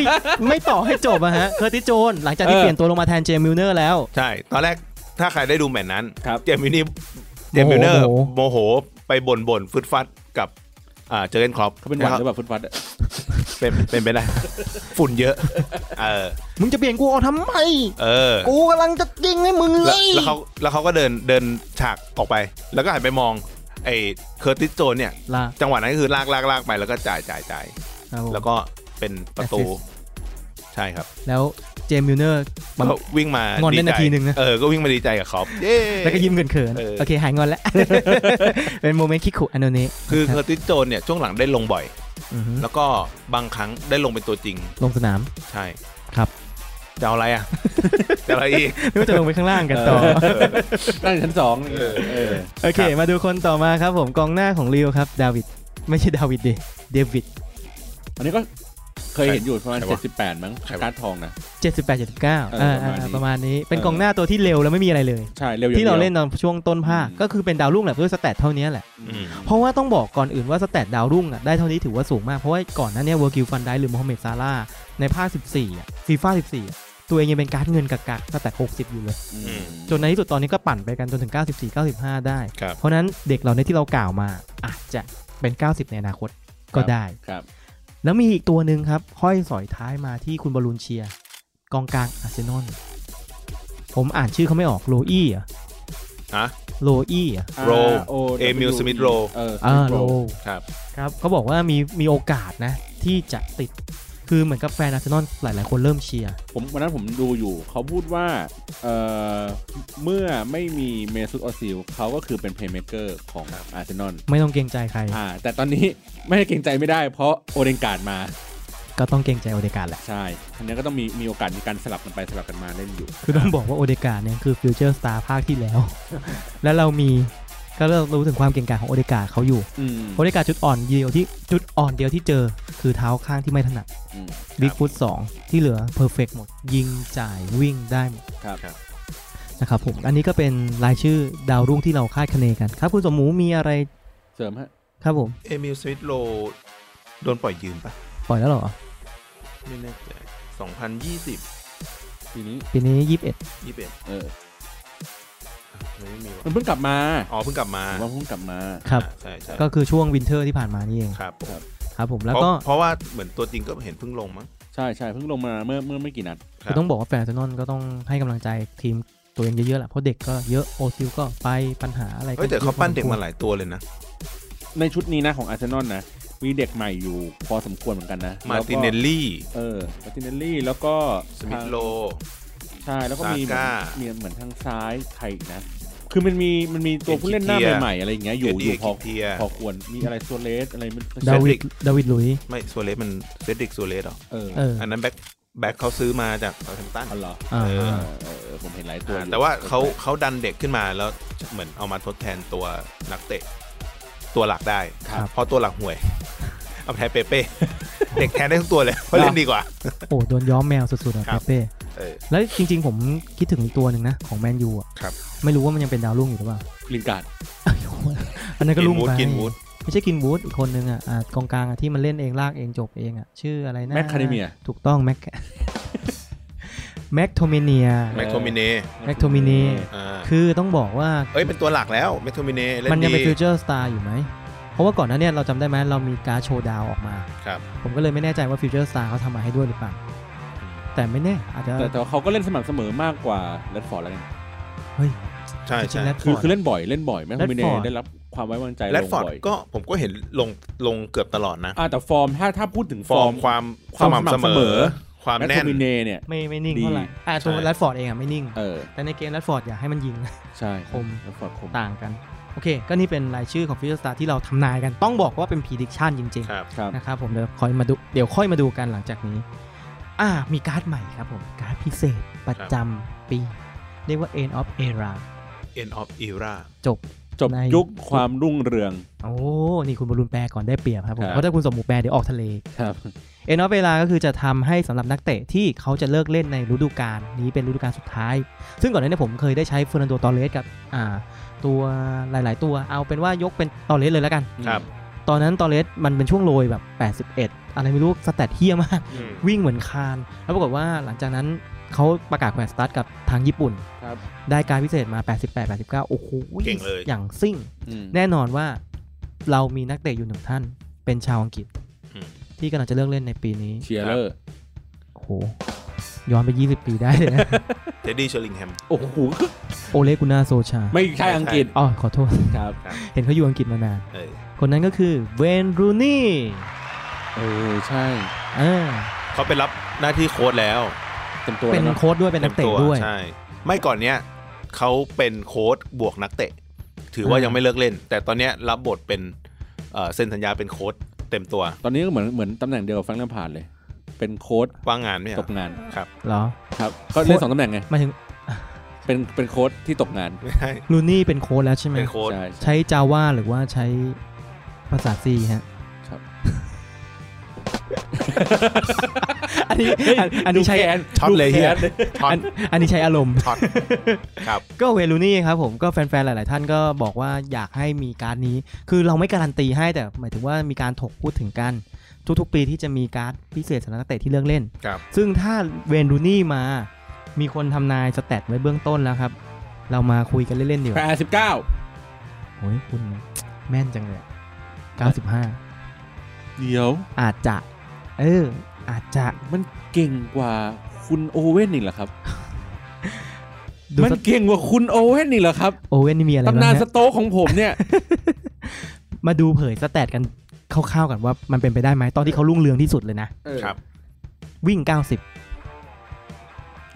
C: ไม่ต่อให้จบอะฮะ เคอร์ติสโจนส์หลังจากที่
A: เออ
C: เปลี่ยนตัวลงมาแทนเจมส์มิลเนอร์แล้ว
B: ใช่ตอนแรกถ้าใครได้ดูแมตช์นั้น
D: ครับ
B: เจมินี่เจมิวเนอร์
C: โมโห
B: โมโหไปบ่นบ่นๆฟึดฟัดกับอ่าเจอเกนครอป
D: เขาเป็นหวัดหรือเปล่าฟุตฟัดอะ
B: เป็นเป็นไปได้ ฝุ่นเยอะเออ
C: มึงจะเปลี่ยนกูออกทำไม
B: เออ
C: กูกำลังจะยิงให้มึงเล
B: แล้ว
C: ย
B: แล้วเขาแล้วเขาก็เดินเดินฉากออกไป แล้วก็หันไปมองไอ้เคอร์ติสโจนเนี่ย
C: ล่ะ
B: จังหวะนั้นก็คือลากลากลากไปแล้วก็จ่ายจ่ายจ่าย
C: ครับผม
B: แล้วก็เป็นประตู
C: Assist
B: ใช่ครับ
C: แล้วเจมส์มิลเนอร์ มัน
B: ก็วิ่งมาง
C: อนได้
B: ดีใจ
C: นาทีหนึ่งนะ
B: เออก็วิ่งมาดีใจกับคอปเย้
C: แล้วก็ยิ้มเขิน
B: เออ
C: ๆ โอเค หายงอนแล้ว [laughs] เป็นโมเมนต์คิกขุอันโนเนะ
B: คือเคอร์ติสโจนเนี่ยช่วงหลังได้ลงบ่อย
C: อือฮึ
B: แล้วก็บางครั้งได้ลงเป็นตัวจริง
C: ลงสนาม
B: ใช่
C: ครับ
B: จะเอาอะไร
C: [laughs]
B: อ่ะ จะเอาอะไรอีก
C: ไม่ว่าจะลงไปข้างล่างกันต่อ
D: นั่งชั้นสองเออ
C: โอ
B: ค
C: เค
B: รับ
C: มาดูคนต่อมาครับผมกองหน้าของริวครับ ดาวิด ไม่ใช่ดาวิดดิเดวิด
D: อันนี้ก็เคยเห็นอยู่ประมาณ
B: ใครวะ
D: 78 มั้ง
B: ใครวะ
D: การ์ดทองนะ
C: 78 79อ่า
D: เอออ่
C: อ่า
D: ป
C: ประ
D: มาณนี้
C: ระมาณนี้ เป็นกองหน้าตัวที่เร็วแล้วไม่มีอะไรเลย
D: ใช่ เร็วอย่ง
C: ที่เรา
D: ดียว
C: เล่นตอนช่วงต้นภาคก็คือเป็นดาวรุ่งแหละเพื่อสแตทเท่านี้แหละ
B: อืม
C: เพราะว่าต้องบอกก่อนอื่นว่าสแตทดาวรุ่งอ่ะได้เท่านี้ถือว่าสูงมาก เพราะว่าก่อนหน้าเนี้เวอร์กิลฟันได้หรือโมฮัมเหม็ดซาร่าห์ในภาค 14อ่ะฟีฟ่า14อ่ะตัวเองยังเป็นการ์ดเงินกักกักสแตท60 อยู่เลย
B: อืม
C: จนในที่สุดตอนนี้ก็ปั่นไปกันจนถึง 94 95 ได้
B: ครับ
C: เพราะฉะนั้นเด็กเหล่านี้ที่เรากล่าวมาอาจจะเป็น 90 ในอนาคตก็ได้
D: ครับ
C: แล้วมีอีกตัวหนึ่งครับห้อยสอยท้ายมาที่คุณบอลลูนเชียร์กองกลางอาร์เซนอลผมอ่านชื่อเขาไม่ออกโรอี้เหรอะ
B: ฮะ
C: โรอี้เหรอะ
B: Roll
D: R O W E
B: Emil Smith Roll
D: เออ
C: อ่า
D: Smith
C: โล
D: Roll
B: ครับ
C: ครับเขาบอกว่ามีมีโอกาสนะ ที่จะติดคือเหมือนกับแฟนอาร์เซนอลหลาย ๆ คนเริ่มเชียร์
D: ผมวันนั้นผมดูอยู่ เขาพูดว่าเอ่อเมื่อไม่มีเมซุตออซิลเขาก็คือเป็นเพลย์เม e เกอร์ของอาร์เซนอล
C: ไม่ต้องเกรงใจใคร
D: อ่า แต่ตอนนี้ ไม่ให้เกรงใจไม่ได้ เพราะโอเดนการ์ดมา
C: ก็ต้องเกรงใจโอเดการ์แหละ
D: ใช่ทีนี้ก็ต้องมีมีโอกาสในการสลับกันไปสลับกันมาเล่นอยู่
C: คือต้องบอกว่าโอเดการ์เนี่ยคือฟิวเจอร์สตาร์ภาคที่แล้ว [laughs] แล้วเรามีก็เรารู้ถึงความเก่งกาจของโอเดการ์เขาอยู่
D: อืม
C: โอเดการ์จุดอ่อนเดียวที่จุดอ่อนเดียวที่เจอ คือเท้าข้างที่ไม่ถนัด
D: อืม
C: บิ๊กฟุตสองที่เหลือเพอร์เฟกหมด ยิงจ่ายวิ่งได้หมด
D: ครับ
C: นะครับผมอันนี้ก็เป็นรายชื่อดาวรุ่งที่เราคาดคะเนกันครับคุณสมหมูมีอะไร
D: เสริมฮะ
C: ครับผม
B: เอมิลสมิธโรโดนปล่อยยืมปะ
C: ปล่อยแล้วเหรอ
B: ไม่แน่ใจสองพันยี่สิบ
D: ทีนี้
C: ปีนี้ยี่สิบเอ็ด
B: ยี่สิบเอ็ด
D: เออ
B: ไม่มีวะ
D: มันเพิ่งกลับมา
B: อ๋อเพิ่งกลับมา
D: ผมว่าเพิ่งกลับมา
C: ครับ
B: อ่าใช่ใช่
C: ก็คือช่วงวินเทอร์ที่ผ่านมานี่เอง
B: ครับ
C: ครับผมแล้วก็
B: เพราะเพราะว่าเหมือนตัวจริงก็เห็นเพิ่งลงมั้ง
D: ใช่ใช่เพิ่งลงมาเมื่อเมื่อไม่กี่นัด
B: ครับ
C: ต้องบอกว่าแฟนอาร์เซนอลก็ต้องให้กำลังใจทีมตัวเองเยอะๆแหละเพราะเด็กก็เยอะโอซิลก็ไปปัญหาอะไรก็
B: เฮ้ยแต่เขาปั้นเด็กมา
C: อะ
B: หลายตัวเลยนะ
D: ในชุดนี้นะของอาร์เซนอลนะ มีเด็กใหม่อยู่พอสมควรเหมือนกันนะ
B: มาตินเนลลี่
D: เออมาตินเนลลี่ แล้วก็
B: สมิธโล
D: ใช่ แล้วก็มีเหมื
B: ซาน
D: อ
B: ก้า
D: มีเหมือนทางซ้ายใครอีกนะ คือมันมีมันมีตัวผู้เล่นหน้า
B: เอ็นคิเทีย
D: ใหม่ๆอะไรอย่างเงี้ยอ
B: เอยู่ ด
D: อ
B: ดี้
D: ยู่พอ
B: กิเทีย
D: พอควร มีอะไรโซเลสอะไรมัน
C: ดา
B: เฟรด
C: วิ
B: ริ
C: ด
B: ก
C: ดาวิดหลุยส์
B: ไม่โซเลสมันเฟรดริกโซเลสเหรอ
D: เออ
C: เออ
B: อันนั้นแบ็คแบ็คเขาซื้อมาจากซา t ทมตัน
D: เออเหรอ
C: อ่า
B: เออ
D: เออเออเออผมเห็นหลายตัวอยู่
B: แต่ว่าเขาเขาดันเด็กขึ้นมาแล้วเหมือนเอามาทดแทนตัวนักเตะ ตัวหลักได้
C: ครับ
B: เพราะตัวหลักห่วย เอาไปแทนเปเป้ เด็กแทนได้ทุกตัวเลย เพราะเล่นดีกว่า
C: โอ้โดนย้อมแมวสุดๆอะ
B: ครับ
C: เปเป้
B: เออ
C: แล้วจริงๆ ผมคิดถึงอีกตัวหนึ่งนะของแมนยูอะ
B: ครับ
C: ไม่รู้ว่ามันยังเป็นดาวรุ่งอยู่หรือเปล่า
D: ลินการ์ด
C: อันนั้นก็ลุ่ง
B: กินวูดกินวูด
C: ไปไม่ใช่กินวูดอีกคนนึงอะอ่ากองกลางอะที่มันเล่นเองลากเองจบเองอะชื่ออะไรนะ
D: แมคคาเดเมีย
C: ถูกต้อง [laughs] แม็ก แม็กโทเมเนีย
B: แมคโทมิเน่
C: แม็กโทมิเน่
B: อ่า
C: คือต้องบอกว่า
B: เอ้ยเป็นตัวหลักแล้วแมคโทมิเน่เล่น
C: มันยัง
B: ดี
C: เป็นฟิวเจอร์สตาร์อยู่ไหม เพราะว่าก่อนหน้าเนี้เราจำได้ไหมเรามีการ์ดโชว์ดาวออกมา
B: ครับ
C: ผมก็เลยไม่แน่ใจว่าฟิวเจอร์สตาร์เขาทำมาให้ด้วยหรือเปล่า แต่ไม่แน่อาจจะ
D: แต่แต่ว่าเขาก็เล่นสม่ำเสมอมากกว่าเลดฟอร์ดแล้วกัน
C: เฮ้ย
B: ใช่
C: จริ
B: ใช่
C: งๆแรดฟ
D: คือ อ
C: ร์ด
D: คือเล่นบ่อยเล่นบ่อยแมคคาเดเมีย
C: Rashford
D: ได้รับความไว้วางใจ
B: แรด
D: ลง
B: ฟอร์ด
D: บ่อย
B: ก็ผมก็เห็นลงลงเกือบตลอดนะ
D: อ่าแต่ฟอร์มถ้าถ้าพูดถึง
B: ฟ
D: ฟ
B: อ
D: อ
B: ร์ม
D: ร์ม
B: ความ
D: ความสม่ำเสมอ
B: ความ
D: แมค
B: แน่
D: โท
B: น
D: มิเน่เนี่ย
C: ไม่ไม่นิ่ง
D: ดี
C: เท่าไหร่อ่าตัว
B: ใช่
C: แรดฟอร์ดเองอะไม่นิ่ง
D: เออ
C: แต่ในเกมแรดฟอร์ดอยากให้มันยิง [laughs]
D: ใช่
C: คม
D: แลดฟอร์ดคม
C: ต่างกัน โอเค ก็นี่เป็นรายชื่อของฟิวเจอร์สตาร์ที่เราทำนายกันต้องบอกว่าเป็นพีดิคชันจริง ๆ
B: ครับ
D: ครับ
C: นะครับผมเดี๋ยวค่อยมาดูเดี๋ยวค่อยมาดูกันหลังจากนี้ อ่ามีการ์ดใหม่ครับผม การ์ดพิเศษประจำปี เรียกว่า end of era
B: end of era
C: จบ
D: จบ
C: ใน
D: ยุคความรุ่งเรือง
C: โอ้นี่คุณบอลลูนแปลก่อนได้เปรียบครับผม
D: ครับ
C: เพราะถ้าคุณสมหมูแปลเดี๋ยวออกทะเล
D: ครับ
C: เอ็นออฟเวลาก็คือจะทำให้สำหรับนักเตะที่เขาจะเลิกเล่นในฤดูกาลนี้เป็นฤดูกาลสุดท้าย ซึ่งก่อนหน้านี้ผมเคยได้ใช้เฟอร์นันโดตอร์เรสกับอ่าตัวหลาย ๆ ตัวเอาเป็นว่ายกเป็นตอร์เรสเลยแล้วกัน
B: ครับ
C: ตอนนั้นตอร์เรสมันเป็นช่วงโรยแบบ 81 อะไรไม่รู้สแตทเฮี้ยมาก [laughs]
B: อืม
C: วิ่งเหมือนคาน แล้วปรากฏว่าหลังจากนั้นเขาประกาศแขวนสตาร์ทกับทางญี่ปุ่น
D: ครับ
C: ได้การพิเศษมา 88 89 โอ้โห
B: เก่งเลย
C: อย่างซิ่ง
D: อืม
C: แน่นอนว่าเรามีนักเตะอยู่หนึ่งท่าน เป็นชาวอังกฤษ
B: อืม
C: ที่กำลังจะเลิกเล่นในปีนี้
D: เชียร์เลอร์
C: โอ้โห ย้อนไป 20 ปีได้เลยนะ
B: เท็ดดี้เชอร์ลิงแฮม
D: โอ้โห
C: โอเลกุนาโซชา
D: ไม่ใช่อังกฤษ
C: อ๋อขอโทษ
D: ครับ
C: เห็นเขาอยู่อังกฤษมานาน
B: เออ
C: คนนั้นก็คือเวนรูนี่
D: เออ ใช่
C: อ่า
B: เขาไปรับหน้าที่โค้ชแล้ว
D: เต็มตัว
C: เป็
D: แล้ว
C: น
D: เนอะ
C: โค้ดด้วยเป็นนักเตะ
B: ว
C: ด้วย
B: ใช่ ไม่ก่อนเนี้ยเขาเป็นโค้ชบวกนักเตะ ถือว่า
C: อ่ายั
B: ยังไม่เลิกเล่น แต่ตอนเนี้ยรับบทเป็นเอ่อเซ็นสัญญาเป็นโค้ชเต็มตัว
D: ตอนนี้ก็เหมือนเหมือนตำแหน่งเดียวกับแฟรงค์ลำพาร์ดเลย เป็นโค้ด
B: ว่างงานไหมอะ
D: ตกงาน
C: เหรอ
D: ครับ ก็เล่น
C: โค้ช
D: สองตำแหน่งไง
C: หมายถึง
D: เป็นเป็นโค้ดที่ตกงาน
B: ไม่ใช่
C: รูนี่เป็นโค้ดแล้วใช่ไหม
B: เป็นโค้ช
D: ใช่ใช่
C: ใช้จาว่าหรือว่าใช้ภาษาซีฮะ
D: ครับ
C: อันนี้อันอันนี้ใช้
B: ช็อตเลยเฮียช็อต
C: อันอันนี้ใช้อารมณ์
B: ช็อตครับ
C: ก็เวลูนี่ครับผมก็แฟนๆ หลาย ๆ ท่านก็บอกว่าอยากให้มีการ์ดนี้ คือเราไม่การันตีให้แต่หมายถึงว่ามีการถกพูดถึงกัน ทุก ๆ ปีที่จะมีการ์ดพิเศษสำหรับนักเตะที่เลือกเล่น
B: ครับ
C: ซึ่งถ้าเวนรูนี่มา มีคนทำนายสแตทไว้เบื้องต้นแล้วครับ เรามาคุยกันเล่น ๆ เดี๋ยว
D: แปดสิบเก้า
C: โอ้ยคุณแม่นจังเลยอะ95
D: เดี๋ยว
C: อาจจะ เออ อาจจะ
D: มันเก่งกว่าคุณโอเว่นอีกเหรอครับ
C: ดู
D: มัน
C: ส
D: เก่งกว่าคุณโอเว่นอีกเหรอครับ
C: โอเว่นนี่มีอะไรบ้าง
D: ตำนานส
C: ฮะ
D: โต๊กของผมเนี่ย
C: มาดูเผยสแตทกันคร่าวๆกันว่ามันเป็นไปได้ไหมตอนที่เขารุ่งเรืองที่สุดเลยนะ
B: ครับ
C: วิ่ง 90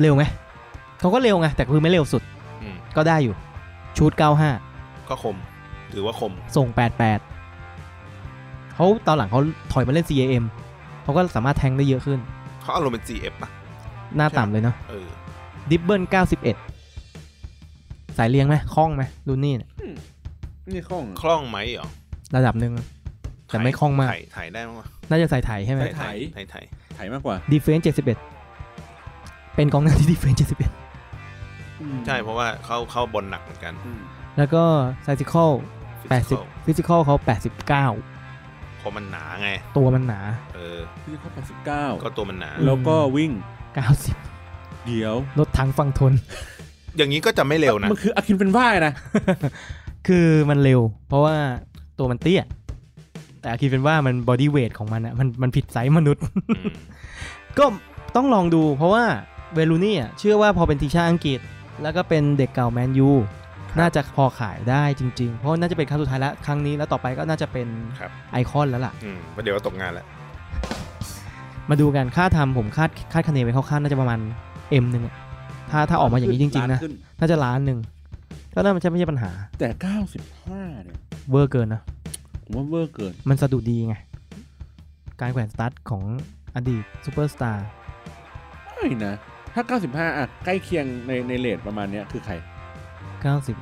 C: เร็วไหม เขาก็เร็วไง แต่คือไม่เร็วสุด
B: อืม
C: ก็ได้อยู่ ชูด
B: ก
C: 95
B: ็คม ถือว่าคม
C: ส่ง 88 เขาตอนหลังเขาถอยมาเล่น CAM เขาก็สามารถแทงได้เยอะขึ้น
B: เขาอารมณ์เป็น GF ป่ะ
C: หน้า
B: ใช่
C: ต่ำเลยเนาะ
B: เออ
C: ดิบเบิล91 สายเลี้ยงไหมคล่องไหมลูนี่เนี่ย
D: นี่ข้อง
B: คล่องไหมเหรอ
C: ระดับหนึ่ง แต่ไม่คล่องมาก
B: ถ่ายถ่ายได้มั้งวะ
C: น่าจะสายไถใช่ไหม
D: ใช่ ถ่าย
B: ถ่ายถ่าย
D: ไถมากกว่า
C: ดีเฟนซ์71 เป็นกองหน้า [laughs] ที่ดีเฟนซ์
B: ใช่ เพราะว่าเขาเข้าบอลหนักเหมือนกัน
D: อืม
C: 71 แล้วก็ไซซิคอล
B: Physical
C: 80ฟิสิคอลเขา 89
B: เพราะมันหนาไง
C: ตัวมันหนา
B: เออ
D: พี่เข้าแปดสิบเก้า
B: ก็ตัวมันหนา
C: อืม
D: แล้วก็วิ่ง
C: 90
D: เดี๋ยว
C: รถถังฟังทน
B: อย่างนี้ก็จะไม่เร็วนะ
D: มันคืออาคินเป็นว่ายนะ
C: คือมันเร็ว เพราะว่าตัวมันเตี้ย แต่คิดเป็นว่ามันบอดี้เวทของมันอะมันมันผิดไซส์มนุษย์
B: อืม
C: ก็ต้องลองดู เพราะว่าเวลูนี่อะเชื่อว่าพอเป็นทีมชาติอังกฤษ แล้วก็เป็นเด็กเก่าแมนยูน่าจะพอขายได้จริง ๆ เพราะน่าจะเป็นครั้งสุดท้ายแล้ว ครั้งนี้แล้วต่อไปก็น่าจะเป็น
B: ครับ
C: ไอคอนแล้วล่ะ
B: อืมเพราะเดี๋ยวก็ตกงานแล้ว
C: มาดูกันค่าทำผมคาดคาดคะเนไว้คร่าวๆน่าจะประมาณเอ็มหนึ่งอะถ้าถ้าออกมาอย่างนี้จริง ๆ นะ
D: ขึ้
C: น่าจะล้านหนึ่งก็น่าจะไม่ใช่ปัญหา
D: แต่เก้าสิบห้าเนี่ย
C: เวอร์เกินนะ
D: ผมว่าเวอร์เกิน
C: มันสะดุดดีไง การแขวนสตาร์ทของอดีตซูเปอร์สตาร์
D: ไม่นะ ถ้า 95 อ่ะ ใกล้เคียงในในเลทประมาณเนี้ยคือใคร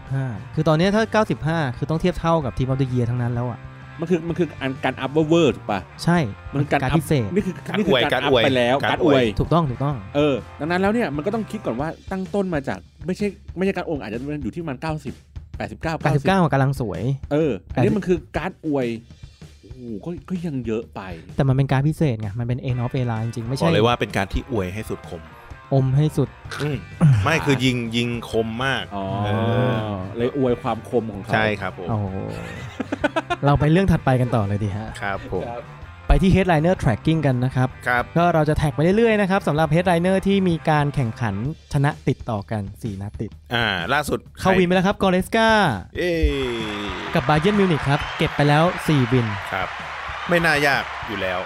C: 95 คือตอนเนี้ยถ้า 95 คือต้องเทียบเท่ากับทีมอ f ฟเด e เยียทั้งนั้นแล้วอ่ะ
D: มันคือมันคืออันการอัพเวอร์ถูกปะ
C: ใช่
D: มันคือการ
C: การ
D: อัพ
C: พิเศษ
D: นี่คือ
B: การ
D: นี่คื
B: อวย
D: การ
B: การ
D: อัพ
B: อวย
D: ไปแล้ว
B: การ
D: การอว
B: อวย ย
C: ถูกต้องถูกต้อง
D: เออ ดังนั้นแล้วเนี่ย มันก็ต้องคิดก่อนว่าตั้งต้นมาจากไม่ใช่ไม่ใช่การโองอาจจะอยู่ที่ประมัน 90 89
C: 89
D: 90
C: กว่ากำลังสวย
D: เออ อันนี้
C: แปดสิบ
D: มันคือการอวย โอ้โหก็ก็ยังเยอะไป
C: แต่มันเป็นการพิเศษไง มันเป็นเอ็นออฟเอลาจริงๆ ไม่
B: บอ
C: ใช่
B: กเลยว่าเป็นการที่อวยให้สุดคม
C: อมให้สุด
B: ไม่คือยิงยิงคมมาก
D: อ๋อ
B: เออ
D: เลยอวยความคมของเขา
B: ใช่ครับผม
C: โอ้โห เราไปเรื่องถัดไปกันต่อเลยดีฮะ
B: ครับผม
D: ครับ
C: ไปที่ Headliner Tracking กันนะครับ
B: ครับ
C: ก็เราจะแท็กไปเรื่อยๆนะครับสำหรับ Headliner ที่มีการแข่งขันชนะติดต่อกันสี่นัดติด
B: อ่า ล่าสุด
C: เข้าวินไปแล้วครับกอเลสกา
B: เอ้
C: กับบาเยิร์นมิวนิกครับ เก็บไปแล้ว 4 วิน
B: ครับ ไม่น่ายากอยู่แล้ว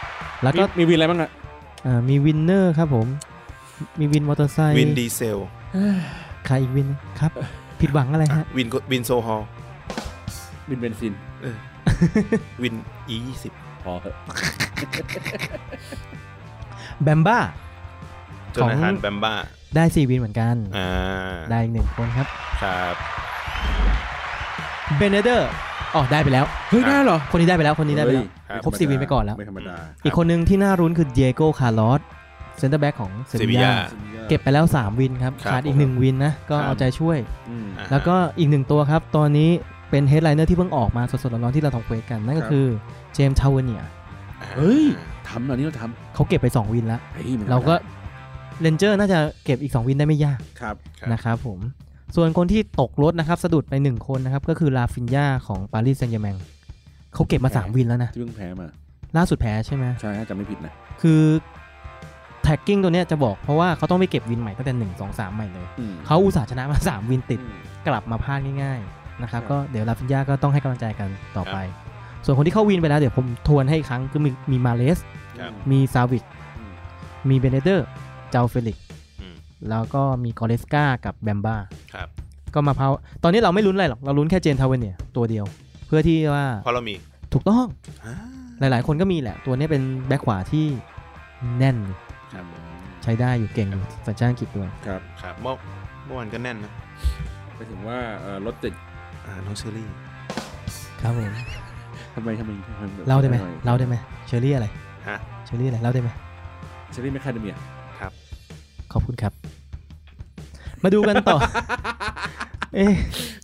C: แล้ว
D: มี
C: ก็
D: มีวินอะไรบ้างอะ
C: เอ่อมีวินเนอร์ครับผม มีวินมอเตอร์ไซค์
B: วินดีเซล
C: ใครอีกวินครับ ผิดหวังอะไรฮะ
B: วินก็วินโซฮอล
D: วินเบนซิน
B: เออวินอียี่สิบ
D: พอเถอะ
C: แบมบ้า
B: จนอาหารแบมบ้า
C: ได้ 4 วินเหมือนกัน
B: อ่า
C: ได้อีกหนึ่งคนครับ
B: ครับ
C: เบเนเดอร์อ๋อได้ไปแล้ว
D: เฮ้ยได้เหรอ
C: คนนี้ได้ไปแล้วคนนี้ได้ไปแล้ว
B: ครับ
C: ครบซีวีไปก่อนแล้ว
D: ไม่ธรรมดา
C: อีกคนหนึ่งที่น่ารุ้นคือเด i ยโก้คาร์ลอสเซนเตอร์แบ็กของเซ
B: เซ
C: บี
B: บี
C: ยาย
B: า
C: เก็บไปแล้ว 3 วินครับ
B: ครับ
C: ขาดอี
B: ผ
C: ก
B: ม
C: 1 วินนะ ก็
B: ครับ
C: เอาใจช่วย
D: อืม
B: อ่าฮะ
C: แล้วก็อีกหนึ่งตัวครับ ตอนนี้เป็นเฮดไลเนอร์ที่เพิ่งออกมาสดๆร้อนๆที่เราทำเควสกัน นั่นก็
D: ครับ
C: คือเจมส์ชาวเนีย
D: เฮ้ยทำเหรอนี่เราท
C: เขาเก็บไป 2 วินแล้ว
D: ำฮ้ยไม่ธมด
C: เราก็เลนเจอร์น่าจะเก็บอีก 2 วินได้ไม่ยาก
D: ครับ
B: ครับ
C: นะครับผม ส่วนคนที่ตกรถนะครับ สะดุดไป 1 คนนะครับ ก็คือลาฟินยาของปารีสแซงต์แยร์แมงเขาเก็บมา 3 วินแล้วนะ
D: ที่เพิ่งแพ้มา
C: ล่าสุดแพ้ใช่ไหม
D: ใช่ถ้าจำไม่ผิดนะ
C: คือแท็กกิ้งตัวเนี้ยจะบอกเพราะว่าเขาต้องไปเก็บวินใหม่ตั้งแต่ 1 2 3 ใหม่เลย
D: อืม
C: เขาอุตส่าห์ชนะมา 3 วินติด
D: อืม
C: กลับมาพลาดง่ายๆนะครับ
D: ครับ
C: ก็เดี๋ยวลาฟินยาก็ต้องให้กำลังใจกันต่อไป ส่วนคนที่เข้าวินไปแล้วเดี๋ยวผมทวนให้อีกครั้งคือมีมีมาเลส
B: ครับ
C: มีซาวิก
D: อืม
C: มีเบเนเดอร์ เจ้าเฟลิกซ์
B: อืม
C: แล้วก็มีกอเลสกากับแบมบ้า
B: ครับ
C: ก็มาเพาตอนนี้เราไม่ลุ้นอะไรหรอก เราลุ้นแค่เจนทาวเวเนียตัวเดียว เพื่อที่ว่า
B: เพราะเรามี
C: ถูกต้อง
B: อ่า
C: หลายๆ คนก็มีแหละ ตัวเนี้ยเป็นแบ็คขวาที่แน่น
D: ครับ
C: ใช้ได้อยู่เก่งอยู่สัญชาติอังกฤษด้วย
D: ครับ
B: ครับเมื่อเมื่อวันก็แน่นนะ
D: ไปถึงว่าเอ่อรถติด
B: อ่าน้องเชอรี่
C: ครับผม
D: ทำไมทำไมทำ
C: เล่าได้ไหมเล่าได้ไหมเชอรี่อะไร
B: ฮะ
C: เชอรี่อะไรเล่าได้ไหม
D: เชอรี่แมคคาเดเมีย
C: ขอบคุณครับ มาดูกัน
D: [laughs]
C: ต่อ เอ๊ะ